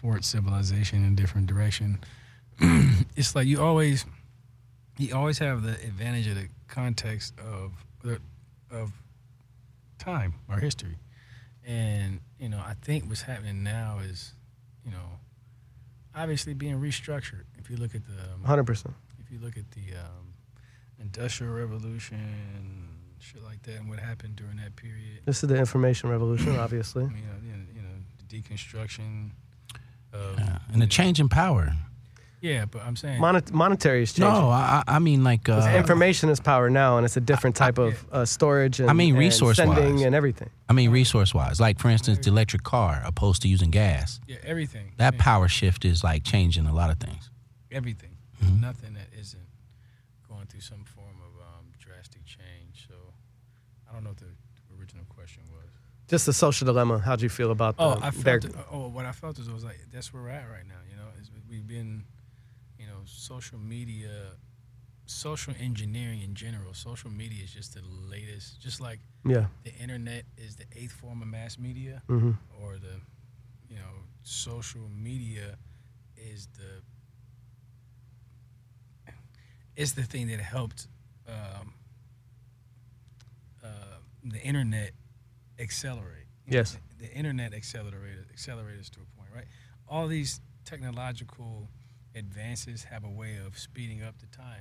D: thwart civilization in a different direction, it's like you always you always have the advantage of the context of the of time or history. And, you know, I think what's happening now is, you know, obviously being restructured. If you look at the um,
B: 100%.
D: if you look at the um, industrial revolution, shit like that and what happened during that period.
B: This is the information
C: Hmm.
B: revolution, obviously.
D: I mean, you know, you know the deconstruction of
C: Yeah. And the change in power.
D: Yeah, but I'm saying
B: Monet- monetary is changing.
C: No, I, I I mean, like,
B: 'Cause
C: uh,
B: information is power now, and it's a different type of uh, storage and,
C: I mean,
B: and
C: resource-wise.
B: sending and everything.
C: I mean, resource wise. Like, for instance, the electric car opposed to using gas.
D: yeah, everything.
C: That
D: Yeah.
C: power shift is like changing a lot of things.
D: everything. Nothing that isn't going through some form of um, drastic change. So I don't know what the original question was.
B: Just the social dilemma. How'd you feel about
D: Oh,
B: the,
D: I
B: their-
D: felt. It, oh, what I felt is I was like, that's where we're at right now. You know, is we- we've been, you know, social media social engineering in general. Social media is just the latest. Just like
B: Yeah.
D: the internet is the eighth form of mass media,
B: Mm-hmm.
D: or the, you know, social media is the. It's the thing that helped um, uh, the internet accelerate. You know,
B: Yes.
D: the, the internet accelerated accelerators to a point, right? All these technological advances have a way of speeding up the time.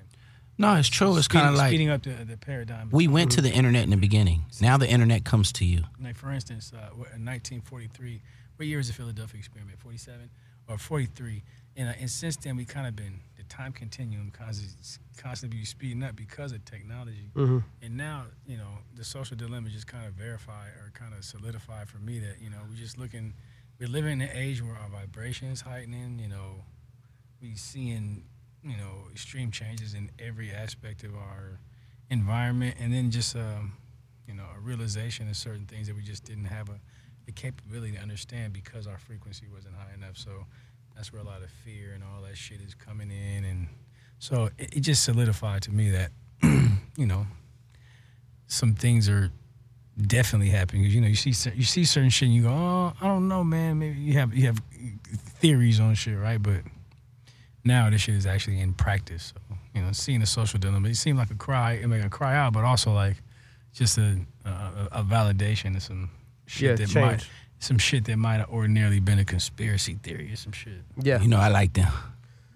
C: No, it's true. It's
D: Speeding-
C: kind of like
D: speeding up the, the paradigm.
C: we went to the internet in the beginning. Now the internet comes to you.
D: Like for instance, uh, wh- in 1943, what year is the Philadelphia experiment? 47 or 43? And, uh, and since then, we kind of been the time continuum constantly, constantly be speeding up because of technology.
B: Mm-hmm.
D: And now, you know, the social dilemma just kind of verified or kind of solidified for me that you know we're just looking, we're living in an age where our vibrations heightening. You know, we seeing you know extreme changes in every aspect of our environment, and then just um, you know a realization of certain things that we just didn't have a the capability to understand because our frequency wasn't high enough. So that's where a lot of fear and all that shit is coming in, and so it, it just solidified to me that you know some things are definitely happening. 'Cause, You know, you see cer- you see certain shit, and you go, "Oh, I don't know, man. Maybe you have you have theories on shit, right?" But now this shit is actually in practice. So, you know, seeing the social dilemma, it seemed like a cry, it made a cry out, but also like just a a, a validation of some shit
B: Yeah, change.
D: that might some shit that might have ordinarily been a conspiracy theory or some shit.
B: Yeah.
C: You know, I like them.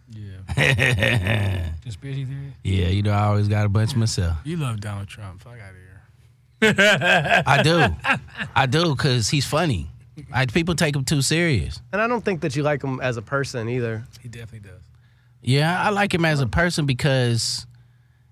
D: Yeah,
C: yeah,
D: conspiracy theory.
C: you know, I always got a bunch myself.
D: You love Donald Trump. Fuck out of here.
C: I do. I do because he's funny. I, people take him too serious.
B: And I don't think that you like him as a person either.
D: He definitely does.
C: Yeah, I like him as a person because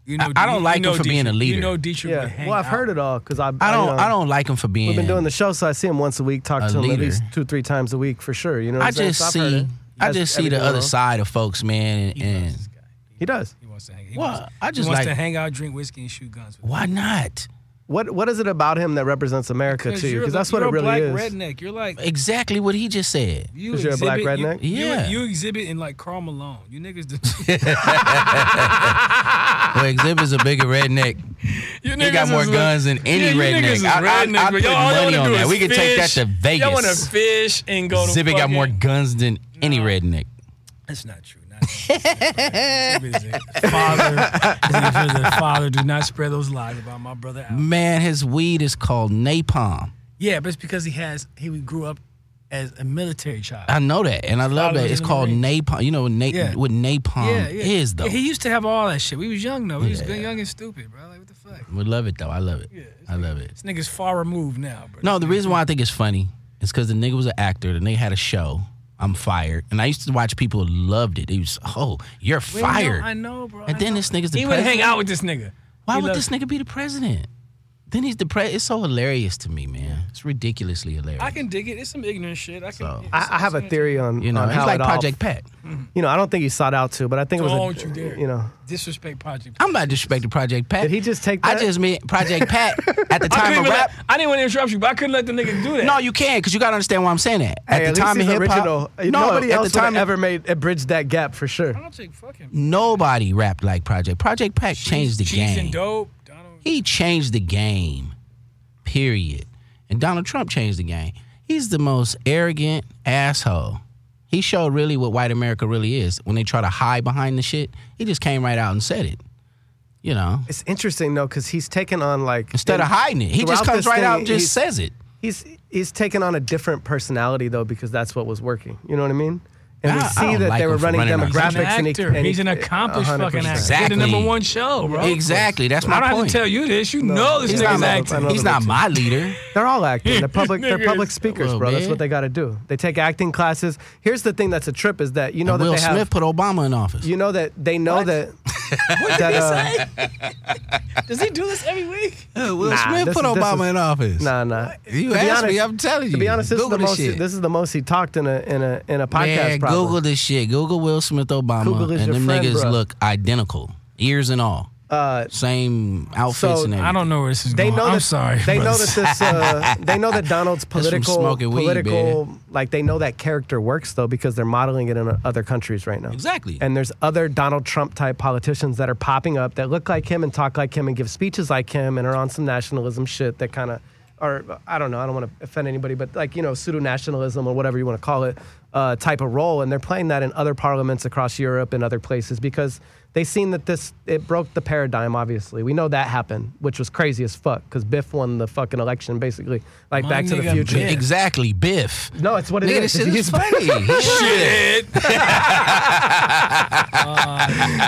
D: You
C: I- I don't like him for being a
D: Dietrich-
C: leader.
D: You know, Dietrich would
B: Yeah.
D: hang
B: Well, I've
D: out
B: heard it all because I.
C: I don't.
B: know,
C: I don't like him for being.
B: We've been doing the show, so I see him once a week. Talk
C: a
B: to him at
C: leader.
B: least two, three times a week for sure. You know. What
C: I
B: I'm saying?
C: just
B: So I've heard
C: see.
B: it.
C: I
B: That's
C: just see the
B: everything
C: other
B: wrong.
C: side of folks, man, and,
D: He loves
C: and
D: this guy.
B: He does.
D: He wants to hang. He
C: Well,
D: wants,
C: I just
D: he wants
C: like-
D: to hang out, drink whiskey, and shoot guns. With
C: why not?
B: What What is it about him that represents America to you?
D: you're
B: Because
D: the-
B: that's what it
D: you're a
B: really
D: black
B: is.
D: redneck. You're like
C: Exactly what he just said.
D: you.
B: 'Cause you're a black
D: exhibit- you-
B: redneck?
D: you-
C: Yeah.
D: You, exhibit in like Carl Malone. You niggas. The,
C: Well, Exhibit's a bigger redneck.
D: you niggas
C: He got more
D: is
C: guns than
D: A, yeah,
C: any
D: you niggas
C: redneck.
D: is
C: I, I,
D: redneck,
C: I
D: but
C: put
D: y'all- all y'all
C: money
D: wanna
C: on
D: do
C: that.
D: is
C: We can take that
D: fish.
C: to
D: Y'all want to
C: Vegas.
D: fish and go to.
C: Exhibit got more
D: fucking-
C: guns than any redneck.
D: That's not true. Not true. Exhibit is a father, Exhibit is a father, do not spread those lies about my brother. Al.
C: Man, his weed is called napalm.
D: Yeah, but it's because he has he grew up as a military child.
C: I know that, and I love
D: Father
C: that.
D: was
C: It's
D: in the
C: called
D: Marines.
C: napalm. You know what, na-
D: Yeah.
C: what napalm um is, though.
D: Yeah, he used to have all that shit. We was young though. We was
C: Yeah.
D: young and stupid, bro. Like what the fuck?
C: we love it, though. I love it.
D: Yeah, it's
C: I love it.
D: This nigga's far removed now, bro.
C: No, the reason why I think it's funny is because the nigga was an actor. The nigga had a show. I'm fired, and I used to watch people who loved it. He was, oh, you're
D: We know-
C: fired.
D: I know, bro.
C: And
D: I
C: then
D: know.
C: this nigga's the
D: He would hang
C: president.
D: out with this nigga.
C: Why
D: He
C: would
D: loved-
C: this nigga be the president? Then he's the president. It's so hilarious to me, man. It's ridiculously hilarious.
D: I can dig it. It's some ignorant shit. I can.
C: So-
D: it's-
B: I, I have a
D: it's-
B: theory on,
C: you know,
B: on
C: it's
B: how
C: like
B: it all-
C: Project Pat.
B: You know, I don't think he sought out to, but I think it was.
D: Don't
B: a,
D: you dare.
B: know,
D: disrespect project.
C: I'm not disrespecting Project Pat.
B: Did he just take
C: I
B: that?
C: just mean Project Pat at the
D: I couldn't
C: time of
D: even
C: rap.
D: let- I didn't want to interrupt you, but I couldn't let the nigga do that.
C: No, you can't because you gotta understand why I'm saying that. At
B: Hey,
C: the
B: at
C: time
B: least he's
C: of hip
B: original.
C: hop,
B: Nobody
C: at
B: else
C: the time
B: would've
C: of-
B: ever made it bridged that gap for sure.
D: Project fucking.
C: nobody rapped like Project Project Pat changed the
D: Cheese
C: game.
D: and dope. Donald.
C: He changed the game. Period. And Donald Trump changed the game. He's the most arrogant asshole. He showed really what white America really is. When they try to hide behind the shit, he just came right out and said it. You know,
B: It's interesting though, because he's taken on like
C: instead of hiding it, he just
B: throughout
C: comes
B: this
C: right
B: thing,
C: out and just
B: he's-
C: says it.
B: he's he's taken on a different personality though, because that's what was working. You know what I mean? And we
C: I- I
B: see
C: don't
B: that
C: like
B: they
C: him
B: were
C: for
B: running
C: running. He's an
B: demographics.
D: He's an
B: and he-
D: actor.
B: and he-
D: he's an accomplished fucking
B: 100%.
D: actor.
C: Exactly.
D: He did the number one show, bro.
C: Exactly. That's my
D: I don't have
C: point.
D: to tell you this. You know this
B: he's
D: nigga's
B: not-
D: acting.
B: I know
C: He's
B: the
C: not
B: mix.
C: my leader.
B: They're all acting. They're public. they're public
D: Niggas.
B: speakers,
C: Well,
B: bro. That's
C: man.
B: what they got to do. They take acting classes. Here's the thing that's a trip is that you know
C: And
B: that
C: Will
B: they have.
C: Smith put Obama in office.
B: You know that they know that. that, uh,
D: Does he do this every week?
C: Will
B: Nah,
C: Smith
B: this
C: put
B: is- this
C: Obama
B: is-
C: in office.
B: Nah, nah.
C: You
B: To be
C: asked me,
B: honest-
C: I'm telling you.
B: To be honest, this
C: Google
B: is the most.
C: shit.
B: This is the most he talked in a in a in a
C: Man,
B: podcast. probably.
C: Google this shit. Google Will Smith Obama,
B: Google is
C: and
B: your
C: them
B: friend,
C: niggas
B: bruh.
C: look identical, ears and all.
B: Uh,
C: Same outfits
B: So,
C: and everything.
D: I don't know where this is
B: they
D: going.
B: know
D: I'm
B: that,
D: sorry.
B: They
D: but
B: know that this. Uh, they know that Donald's
C: from
B: political,
C: smoking weed,
B: political, like they know that character works though because they're modeling it in uh, other countries right now.
C: Exactly.
B: And there's other Donald Trump type politicians that are popping up that look like him and talk like him and give speeches like him and are on some nationalism shit that kind of, or I don't know, I don't want to offend anybody, but like you know pseudo nationalism or whatever you want to call it, uh, type of role, and they're playing that in other parliaments across Europe and other places because they seen that this it broke the paradigm. Obviously, we know that happened, which was crazy as fuck because Biff won the fucking election basically, like
D: My
B: Back to the
D: nigga
B: Future.
D: Biff.
C: Exactly, Biff.
B: No, it's what it
C: Nigga,
B: is.
C: this shit is funny. shit.
D: Uh,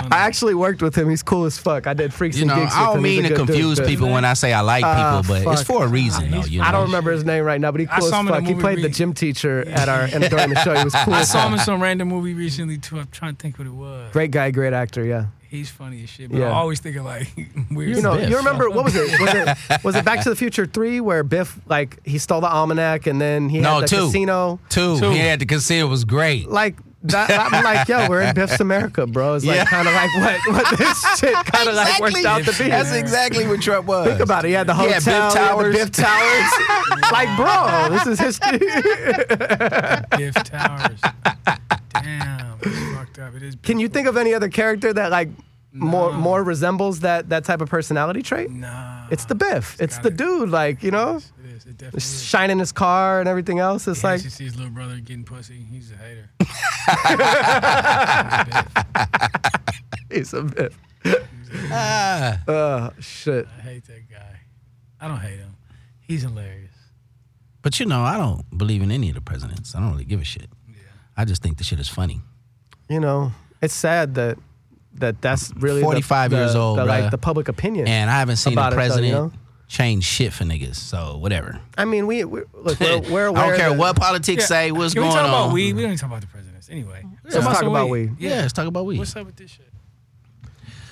B: I actually worked with him. He's cool as fuck. I did freaks
C: You
B: and
C: know,
B: gigs. with
C: I don't
B: him. He's a
C: mean to
B: good dude,
C: confuse
B: but-
C: people when I say I like
B: Ah,
C: people, but it's
B: fuck.
C: for a reason, though. You know?
B: I don't remember his name right now, but he cool
D: saw
B: as
D: him in a
B: fuck. He
D: movie
B: played the
D: re-
B: gym teacher at our and during the show. He was cool.
D: I
B: as
D: saw him in
B: fuck.
D: some random movie recently too. I'm trying to think what it was.
B: Great guy, great actor. Yeah.
D: He's funny as shit, but
B: Yeah.
D: I always think of like weird.
B: You know,
D: stuff.
B: you remember what was it? Was it was it Back to the Future three where Biff like he stole the almanac and then he
C: No,
B: had the
C: two.
B: casino?
C: Two.
D: Two.
C: He had to consider it was great.
B: Like that, I'm like, yo, we're in Biff's America, bro. It's like
C: Yeah.
B: kind of like what what this shit kind of like worked out to be.
C: That's exactly what Trump was.
B: Think about it. He had the
C: He
B: hotel,
C: had Biff
B: he had the
C: Towers.
B: Biff Towers. like, bro, this is history.
D: Biff Towers. Damn, it's fucked up. It is.
B: Can you think of any other character that like more more resembles that that type of personality trait?
D: Nah,
B: It's the Biff. It's,
D: got
B: the
D: it.
B: dude, like you know,
D: It is. It definitely is.
B: shining his car and everything else. It's
D: Like,
B: like
D: she sees little brother getting pussy. He's a hater.
B: he's a Biff.
C: Ah.
B: Oh shit!
D: I hate that guy. I don't hate him. He's hilarious.
C: But you know, I don't believe in any of the presidents. I don't really give a shit. I just think the shit is funny.
B: You know, it's sad that that that's really the-
C: 45
B: the-
C: years old,
B: the, like
C: bruh.
B: the public opinion.
C: And I haven't seen the
B: About it, though, you
C: president
B: know?
C: change shit for niggas. So whatever.
B: I mean, we, we look, we're, we're aware.
C: I don't care
B: that-
C: what politics say. What's
D: Can
C: going
D: we talk
C: on?
D: about weed? We don't even talk about the presidents anyway.
B: Let's talk
D: some
B: about weed.
C: Yeah, let's talk about weed.
D: What's up with this shit?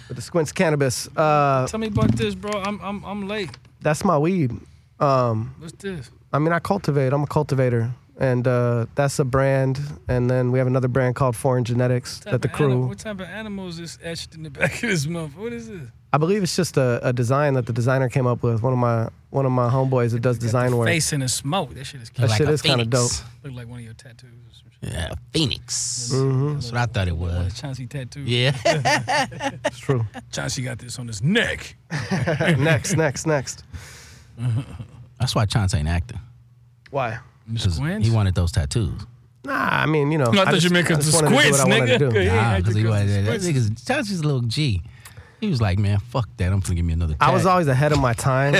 B: With the squints cannabis. Uh,
D: Tell me about this, bro. I'm I'm I'm late.
B: that's my weed. Um,
D: What's this?
B: I mean, I cultivate. I'm a cultivator, and uh, that's a brand. And then we have another brand called Foreign Genetics
D: What type
B: that the
D: of anim-
B: crew.
D: what type of animals is etched in the back of this month? What is this?
B: I believe it's just a, a design that the designer came up with. One of my one of my homeboys that does design work.
D: Face in the smoke. That shit is
B: That
D: cute.
B: shit
C: a
B: is kinda
C: phoenix.
D: Look like one of your tattoos. Or some shit.
C: Yeah, a phoenix.
B: Mm-hmm.
C: That's what I thought it
D: One of
C: was.
D: the Chauncey tattoos.
C: Yeah.
B: It's true.
D: Chauncey got this on his neck.
B: next, next, next.
C: That's why Chance ain't acting.
B: Why?
C: 'Cause
D: Squints?
C: He wanted those tattoos.
B: Nah, I mean, you know.
D: No, I thought you meant 'cause
B: I just
D: the
B: wanted to do what I
D: squints,
B: wanted to
D: nigga.
B: do.
D: Yeah.
C: Nah,
D: had to
C: 'cause he
D: go to
C: wanted
D: the
C: that. That nigga's Chance's a little G. He was like, man, fuck that. I'm finna give me another
B: I was
C: tat.
B: always ahead of my time,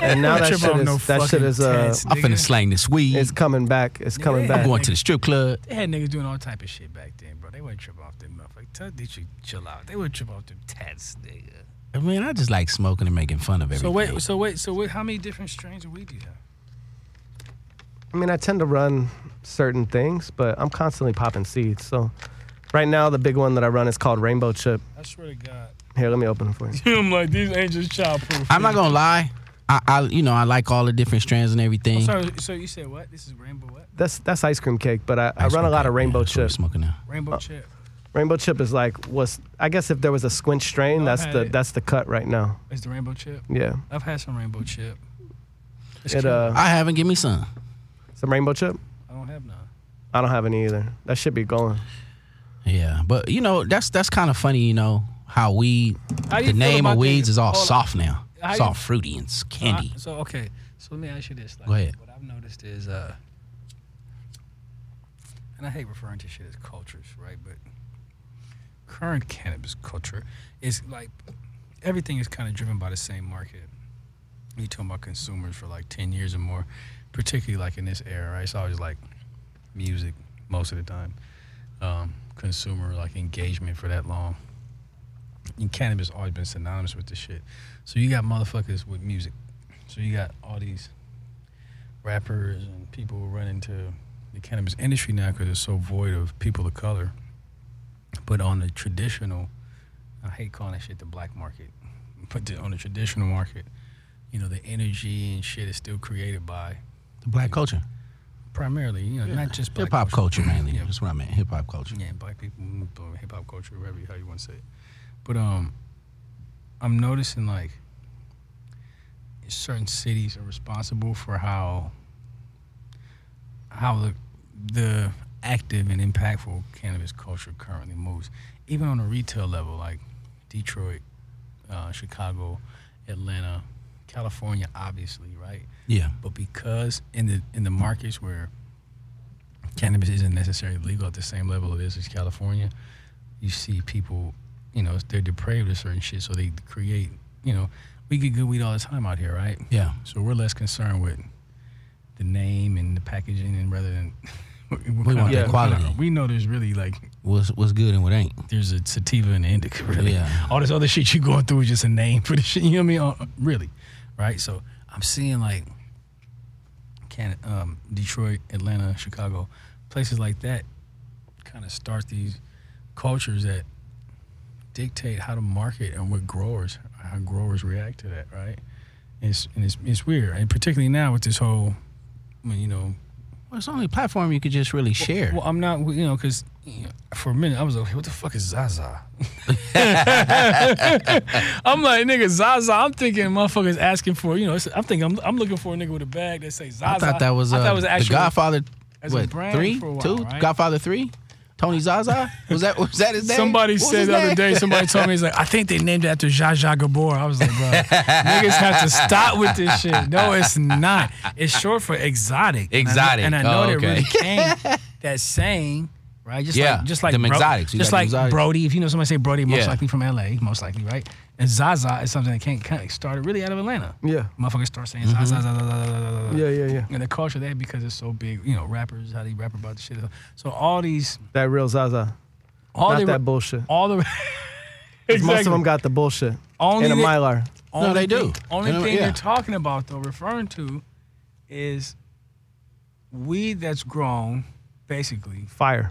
B: and now that
D: Trip
B: shit
D: on
B: is
D: no
B: that shit
D: fucking
B: is uh,
D: tats.
C: I'm finna slang this weed.
B: it's coming back. It's coming
D: Yeah.
B: back.
C: I'm going to the strip club.
D: They had niggas doing all type of shit back then, bro. They wouldn't trip off them motherfuckers. Tell Dietrich, chill out. They wouldn't trip off them tats, nigga.
C: I mean, I just like smoking and making fun of everything.
D: So wait, so wait, so wait. How many different strains of weed do you have?
B: I mean, I tend to run certain things, but I'm constantly popping seeds. So, right now, the big one that I run is called Rainbow Chip.
D: I swear to God,
B: Here, let me open it for you.
D: I'm like these angels childproof.
C: I'm not gonna lie. I, I, you know, I like all the different strands and everything.
D: Sorry, so you said what? This is rainbow what?
B: That's that's ice cream cake, but I, I
C: Ice
B: run a
C: cream
B: lot
C: cake,
B: of Rainbow
C: yeah, that's what
B: Chip.
C: we're smoking now.
D: Rainbow chip.
B: Rainbow Chip is like was I guess if there was a squint strain,
D: I've
B: that's
D: had
B: the
D: it.
B: that's the cut right now.
D: Is the rainbow chip?
B: Yeah,
D: I've had some rainbow chip. It's
B: it
D: cute.
B: uh
C: I haven't. Give me some.
B: some Rainbow Chip.
D: I don't have none.
B: I don't have any either. That should be going.
C: Yeah, but you know, that's that's kind of funny. You know how weed,
D: How
C: the
D: you feel
C: name
D: about
C: of weeds
D: the-
C: is all
D: hold on.
C: soft now.
D: How
C: It's
D: you-
C: all fruity and it's candy.
D: Uh, so okay, so let me ask you this. Like,
C: Go ahead.
D: What I've noticed is, uh, and I hate referring to shit as cultures, right? But current cannabis culture is like everything is kind of driven by the same market. You talking about consumers for like ten years or more, particularly like in this era, right? It's always like music most of the time, um, consumer like engagement for that long. And cannabis always been synonymous with this shit. So you got motherfuckers with music. So you got all these rappers and people who run into the cannabis industry now because it's so void of people of color. But on the traditional, I hate calling that shit the black market, but the, on the traditional market, you know, the energy and shit is still created by
C: The black culture,
D: primarily, you know, not just black
C: hip hop culture mainly.
D: Yeah.
C: That's what I meant. Hip hop culture.
D: mm, yeah, black people, hip hop culture, whatever you- how you want to say it. But um, I'm noticing like certain cities are responsible for how how the the active and impactful cannabis culture currently moves, even on a retail level, like Detroit, uh, Chicago, Atlanta, California, obviously, right?
C: Yeah.
D: But because in the in the markets where cannabis isn't necessarily legal at the same level it is as California, you see people, you know, they're depraved to certain shit, so they create, you know, we get good weed all the time out here, right?
C: Yeah.
D: So we're less concerned with the name and the packaging, and rather than
C: We want
B: the
C: quality.
D: We know there's really like
C: What's what's good and what ain't.
D: there's a sativa and an indica. Really,
C: Yeah.
D: all this other shit you going through is just a name for the shit. You know what I mean? Uh, Really, right? So I'm seeing like, can um, Detroit, Atlanta, Chicago, places like that, kind of start these cultures that dictate how to market and what growers, how growers react to that, right? And it's and it's, it's weird, and particularly now with this whole, I mean, you know,
C: Well, it's only a platform you could just really share.
D: well, I'm not, you know, because for a minute I was like, what the fuck is Zaza? I'm like, nigga, Zaza. I'm thinking, motherfuckers asking for, you know, it's- I'm thinking, I'm, I'm looking for a nigga with a bag that say Zaza.
C: I thought that was, uh,
D: an
C: the Godfather.
D: as a
C: What
D: brand
C: three,
D: for a while,
C: two,
D: right?
C: Godfather three, Tony Zaza. Was that was that his name?
D: Somebody
C: What was
D: said
C: his
D: the other
C: name?
D: day, somebody told me, he's like, I think they named it after Zsa Zsa Gabor. I was like, bro, niggas have to stop with this shit. No, it's not. It's short for exotic. And I know-
C: Exotic.
D: And I know
C: Oh,
D: that
C: okay.
D: really came, that saying, right? Just
C: Yeah,
D: like, just like
C: them exotics. You
D: Just
C: got the
D: like
C: exotics.
D: Brody. If you know somebody say Brody, most
C: Yeah.
D: likely from LA, most likely, right? And Zaza is something that can't kind of started really out of Atlanta.
B: Yeah.
D: Motherfuckers start saying
C: Mm-hmm.
D: Zaza, Zaza, Zaza, Zaza, Zaza.
B: Yeah, yeah, yeah.
D: And the culture there because it's so big, you know, rappers, how they rap about the shit. So all these,
B: That real Zaza.
D: all
B: Not
D: the,
B: that bullshit.
D: all the
B: 'Cause Most of them got the bullshit.
D: Only
B: and a
D: the-
B: Mylar.
D: Only
C: they
D: thing-
C: do.
D: Only
C: They don't-
D: thing
C: yeah.
D: they're talking about though, referring to, is weed that's grown, basically.
B: Fire.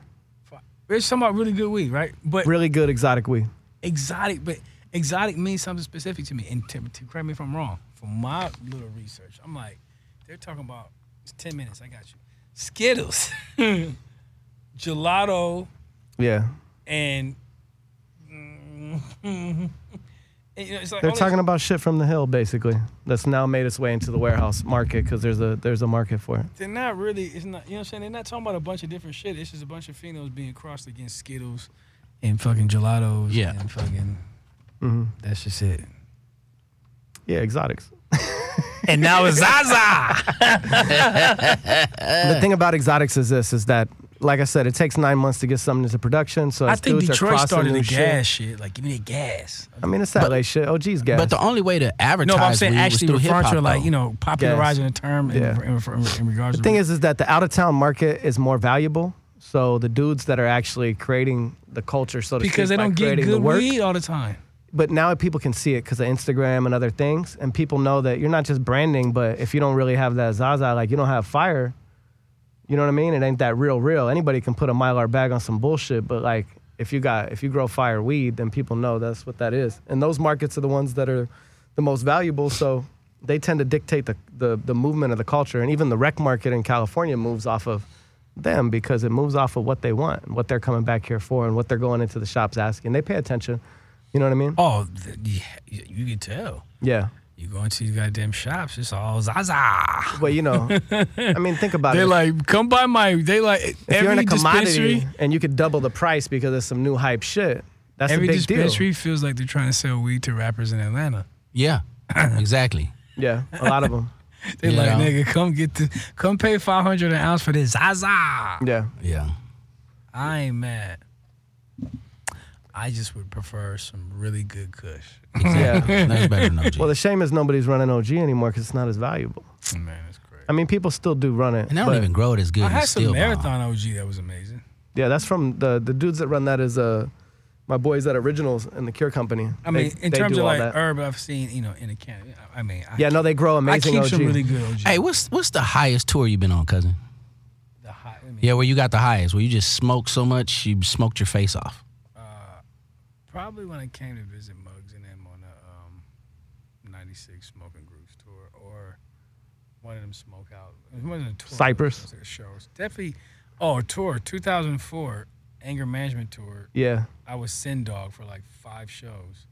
D: It's talking about really good weed, right? But
B: Really good exotic weed.
D: exotic, but exotic means something specific to me. And to, to correct me if I'm wrong, from my little research, I'm like, they're talking about it's ten minutes. I got you. Skittles, gelato,
B: Yeah.
D: and. and, you know, it's like
B: They're
D: all these-
B: talking about shit from the hill, basically. That's now made its way into the warehouse market because there's a there's a market for it.
D: they're not really it's not you know what I'm saying they're not talking about a bunch of different shit. It's just a bunch of females being crossed against Skittles and fucking gelatos
C: Yeah.
D: and fucking
B: Mm-hmm.
D: that's just it.
B: Yeah, exotics.
D: And now it's Zaza.
B: the thing about exotics is this: is that, like I said, it takes nine months to get something into production. So
D: I
B: as
D: think
B: dudes are
D: Detroit
B: crossing
D: started
B: new
D: the
B: shit-
D: gas shit. Like give me the gas.
B: I mean, it's that Oh, like shit. OG's gas.
C: But the only way to advertise
D: No, but I'm saying
C: weed was
D: actually
C: through
D: referring
C: hip-hop,
D: to like,
C: though.
D: you know, popularizing the term in,
B: Yeah.
D: in, in, in
B: The
D: regards to
B: thing is, is that the out of town market is more valuable. So the dudes that are actually creating the culture, so to
D: because they
B: speak, by
D: don't get
B: creating the
D: good
B: work,
D: weed all the time.
B: but now people can see it because of Instagram and other things, and people know that you're not just branding, but if you don't really have that zaza, like you don't have fire, you know what I mean? It ain't that real, real. Anybody can put a mylar bag on some bullshit, but like if you got if you grow fire weed, then people know that's what that is, and those markets are the ones that are the most valuable, so they tend to dictate the the, the movement of the culture, and even the rec market in California moves off of them because it moves off of what they want and what they're coming back here for and what they're going into the shops asking. They pay attention. You know what I mean?
D: Oh, th- yeah, you can tell.
B: Yeah.
D: You go into these goddamn shops, it's all Zaza.
B: But you know, I mean, think about
D: They
B: it.
D: like come by my. They like
B: if
D: every
B: you're in a commodity
D: dispensary.
B: and you could double the price because there's some new hype shit, that's
D: Every
B: a big
D: dispensary feels like they're trying to sell weed to rappers in Atlanta.
C: yeah, exactly.
B: deal. Yeah, a lot of them.
D: They
C: Yeah.
D: like nigga, come get the, come pay five hundred an ounce for this Zaza. I
B: Yeah.
C: Yeah,
D: ain't mad. I just would prefer some really good Kush.
B: Yeah.
C: that's better than OG.
B: Well, the shame is nobody's running OG anymore because it's not as valuable.
D: Man, that's crazy.
B: I mean, people still do run it.
C: and I don't
B: but-
C: even grow it as good.
D: I had
C: it's
D: some
C: still
D: marathon OG that was amazing.
B: Yeah, that's from the the dudes that run that is uh, my boys at Originals and the Cure Company.
D: I mean,
B: they,
D: in
B: they
D: terms
B: do
D: of
B: all
D: like
B: that.
D: herb, I've seen you know in a can. I mean, I,
B: yeah, no, they grow
D: I
B: amazing
D: keep
B: OG.
D: some really good OG.
C: bomb. Hey, what's what's the highest tour you've been on, cousin?
D: the high, I mean,
C: Yeah, where you got the highest, where you just smoked so much you smoked your face off.
D: Probably when I came to visit Muggs and them on the um, 96 Smoking Groups tour or one of them smoke out. It wasn't a tour.
B: Cypress.
D: It was like a show. It was definitely, oh, a tour, 2004, Anger Management Tour.
B: yeah.
D: I was Sin Dog for like five shows.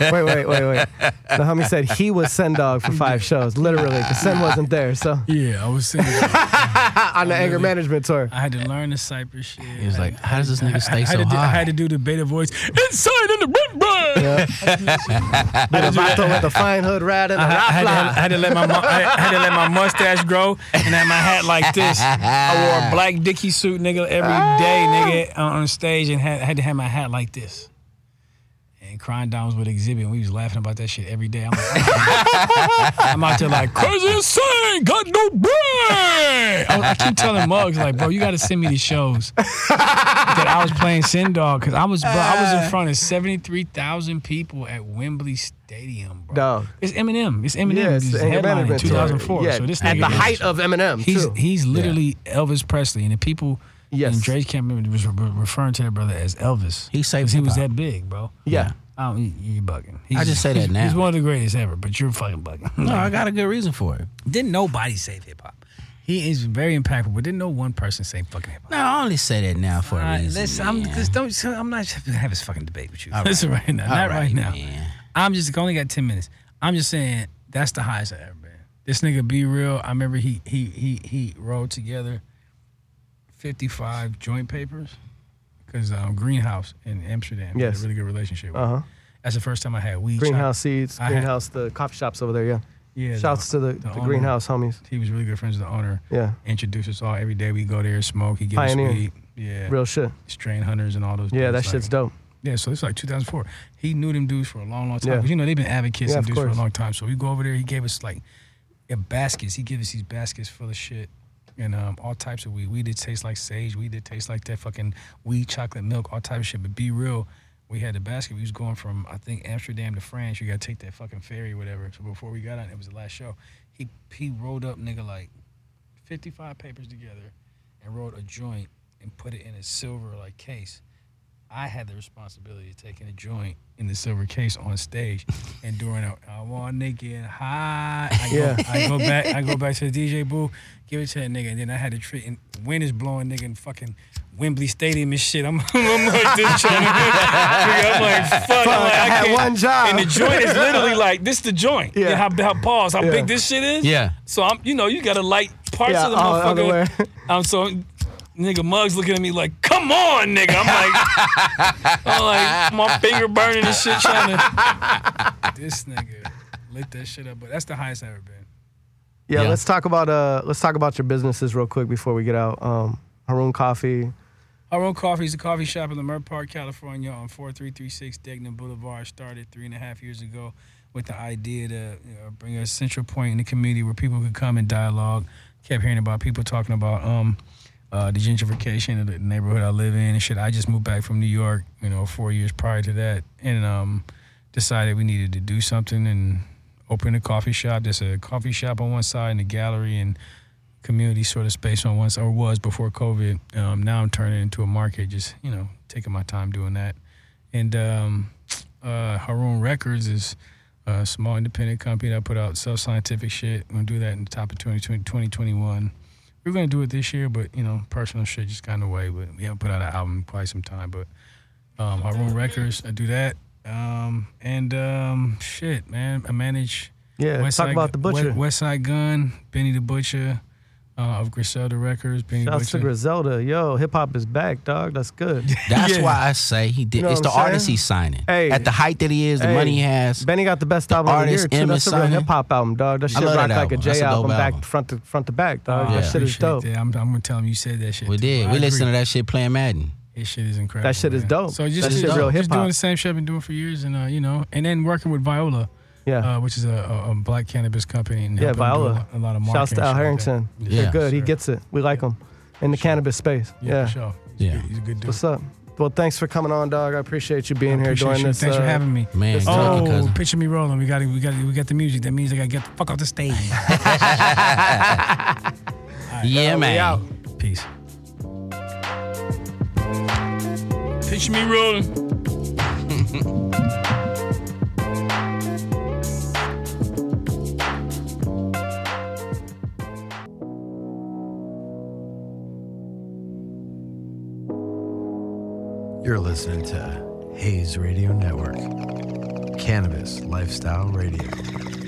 B: Wait, wait, wait, wait. The homie said he was Sen Dog for five shows, literally, because Sen wasn't there. So
D: Yeah, I was saying
B: on the anger management tour.
D: I had to learn the Cypress shit.
C: He was like, "How does this nigga
D: I,
C: stay
D: had
C: so
D: to do, I
C: high?"
D: had to do the beta voice inside in the rip bag.
B: Yeah. Been a vato with a fine hood rat and a
D: I,
B: rock
D: had to,
B: fly.
D: I had to let my mu- I had to let my mustache grow and have my hat like this. I wore a black dicky suit, nigga, every day, nigga, on on stage, and had, had to have my hat like this. And crying dimes would exhibit, and we was laughing about that shit every day. I'm, like, I'm out there like crazy insane, got no brain. I, I keep telling Muggs like, bro, you got to send me the shows that I was playing Sin Dog because I was bro, I was in front of seventy three thousand people at Wembley Stadium, bro.
B: Dog.
D: It's Eminem. It's Eminem.
B: Yeah, it's
D: He's
B: the anger
D: headlining
B: management tour.
D: 2004.
B: Yeah,
D: So this
B: at
D: nigga
B: the
D: is-
B: height of Eminem,
D: he's
B: too.
D: he's literally Elvis Presley, and the people
B: Yes.
D: and Drake can't remember was re- referring to their brother as Elvis.
C: He saved
D: 'Cause he was
C: hip-hop.
D: that big, bro.
B: Yeah.
D: I don't, you, you bugging. He's,
C: I just say that
D: he's-
C: now.
D: He's one of the greatest ever, but you're fucking bugging.
C: No, I got a good reason for it.
D: didn't nobody save hip hop. He is very impactful, but didn't know one person save fucking hip hop.
C: No, I only say that now for a
D: Alright,
C: reason.
D: listen, I'm just don't. so I'm not gonna have this fucking debate with you.
C: All
D: Listen right now, not
C: All
D: right, now.
C: man.
D: I'm just only got ten minutes. I'm just saying that's the highest I ever been. This nigga be real. I remember he he he he rolled together fifty five joint papers because um, Greenhouse in Amsterdam. Yes,
B: Yes.
D: a really good relationship. With.
B: Uh huh.
D: That's the first time I had weed.
B: Greenhouse seeds,
D: I had-
B: greenhouse, the coffee shops over there. Yeah.
D: Yeah,
B: Shouts to the, the,
D: owner.
B: greenhouse homies.
D: He was really good friends with the owner.
B: Yeah.
D: Introduced us all every day. We go there, smoke. He gives us
B: Pioneer.
D: weed. Yeah,
B: Real shit.
D: strain hunters and all those.
B: Yeah,
D: dudes,
B: that
D: like-
B: shit's dope.
D: Yeah, so it's like 2004. He knew them dudes for a long, long time.
B: Yeah.
D: 'Cause, You know, they've been advocates
B: Yeah,
D: and
B: of
D: dudes for a
B: course.
D: long time. So we go over there. He gave us like yeah, baskets. He gave us these baskets full of shit and um, all types of weed. We did taste like sage. We did taste like that fucking weed, chocolate milk, all type of shit. But be real, we had the basket. We was going from I think Amsterdam to France. You got to take that fucking ferry, whatever. So before we got on, it was the last show. He he rolled up, nigga, like 55 papers together and rolled a joint and put it in a silver like case. I had the responsibility of taking a joint in the silver case on stage and during a I want to get high. I go,
B: Yeah.
D: I go back I go back to the DJ booth, give it to that nigga, and then I had to treat and wind is blowing nigga in fucking Wembley Stadium and shit. I'm, I'm like this trying to I'm like fuck, I'm like, I,
B: I had
D: can't-
B: one job.
D: And the joint is literally like this the joint.
B: Yeah.
D: Yeah. how, how pause, how
B: Yeah.
D: big this shit is.
C: Yeah.
D: So I'm you know, you gotta light parts
B: Yeah,
D: of the
B: all other way.
D: motherfucker. I'm so nigga Muggs looking at me like, come on, nigga. I'm like, I'm like my finger burning and shit trying to. This nigga lit that shit up, but that's the highest I ever been.
B: Yeah,
C: Yeah.
B: let's talk about uh, let's talk about your businesses real quick before we get out. Um, Haroon Coffee.
D: Our own coffee is a coffee shop in Leimert Park, California, on 4336 Degnan Boulevard. Started three and a half years ago with the idea to you know, bring a central point in the community where people could come and dialogue. Kept hearing about people talking about um, uh, the gentrification of the neighborhood I live in and shit. I just moved back from New York, you know, four years prior to that, and um, decided we needed to do something and open a coffee shop. There's a coffee shop on one side and a gallery and community sort of space on once or was before COVID. Um, now I'm turning it into a market, just you know, taking my time doing that. And um, uh, Haroon Records is a small independent company that put out self scientific shit. I'm gonna do that in the top of 2020, 2021. We We're gonna do it this year, but you know, personal shit just got in the way. But we haven't put out an album in quite some time. But um, Haroon Records, I do that. Um, and um, shit, man, I manage.
B: Yeah,
D: West
B: talk
D: Side-
B: about the butcher.
D: West, West Side Gun, Benny the Butcher uh, of Griselda Records. Benny
B: Shouts to
D: the Butcher.
B: Griselda. Yo, hip hop is back, dog. That's good.
C: That's
D: Yeah.
C: why I say he did.
B: You know
C: it's
B: what
C: the
B: I'm saying?
C: artist he's signing.
B: Hey.
C: At the height that he is, the
B: Hey.
C: money he has.
B: Benny got the best album of the year
C: artist
B: too.
C: M
B: That's
C: is
B: a real
C: signing.
B: hip hop album, dog. That
C: I
B: shit
C: love
B: rocked
C: that
B: like a
C: album. That's
B: J
C: a dope
B: album,
C: album.
B: back front to front to back, dog.
D: I
B: that shit is
D: appreciate
B: dope.
D: That. I'm, I'm gonna tell him you said that shit.
C: we
D: too,
C: did.
D: bro. I
C: We
D: agree.
C: listened to that shit playing Madden.
D: This shit is incredible.
B: That shit is
D: man.
B: dope.
D: So just,
B: That
D: just,
B: shit real
D: just
B: hip-hop.
D: doing the same shit I've been doing for years, and uh, you know, and then working with Viola,
B: Yeah.
D: uh, which is a, a, a black cannabis company. And
B: yeah,
D: helping them do
B: Viola.
D: A lot of marketing.
B: Shouts to Al
D: and shit like that.
B: Harrington. They're
C: Yeah,
B: good. He
D: sure.
B: gets it. We like him in the cannabis space.
D: Yeah,
B: Yeah.
D: for sure. He's,
C: Yeah.
D: A good, he's a good dude.
B: What's up? Well, thanks for coming on, dog. I appreciate you being here
D: Appreciate
B: during
D: you.
B: this.
D: Thanks for
B: uh,
D: having me.
C: Man,
B: This-
C: Kentucky
D: Oh,
C: cousin.
D: picture me rolling. We got to we got to we got the music. That means I got to get the fuck off the stage.
C: yeah, man.
D: Peace. Pitch me rolling.
A: You're listening to Hayes Radio Network. Cannabis Lifestyle Radio.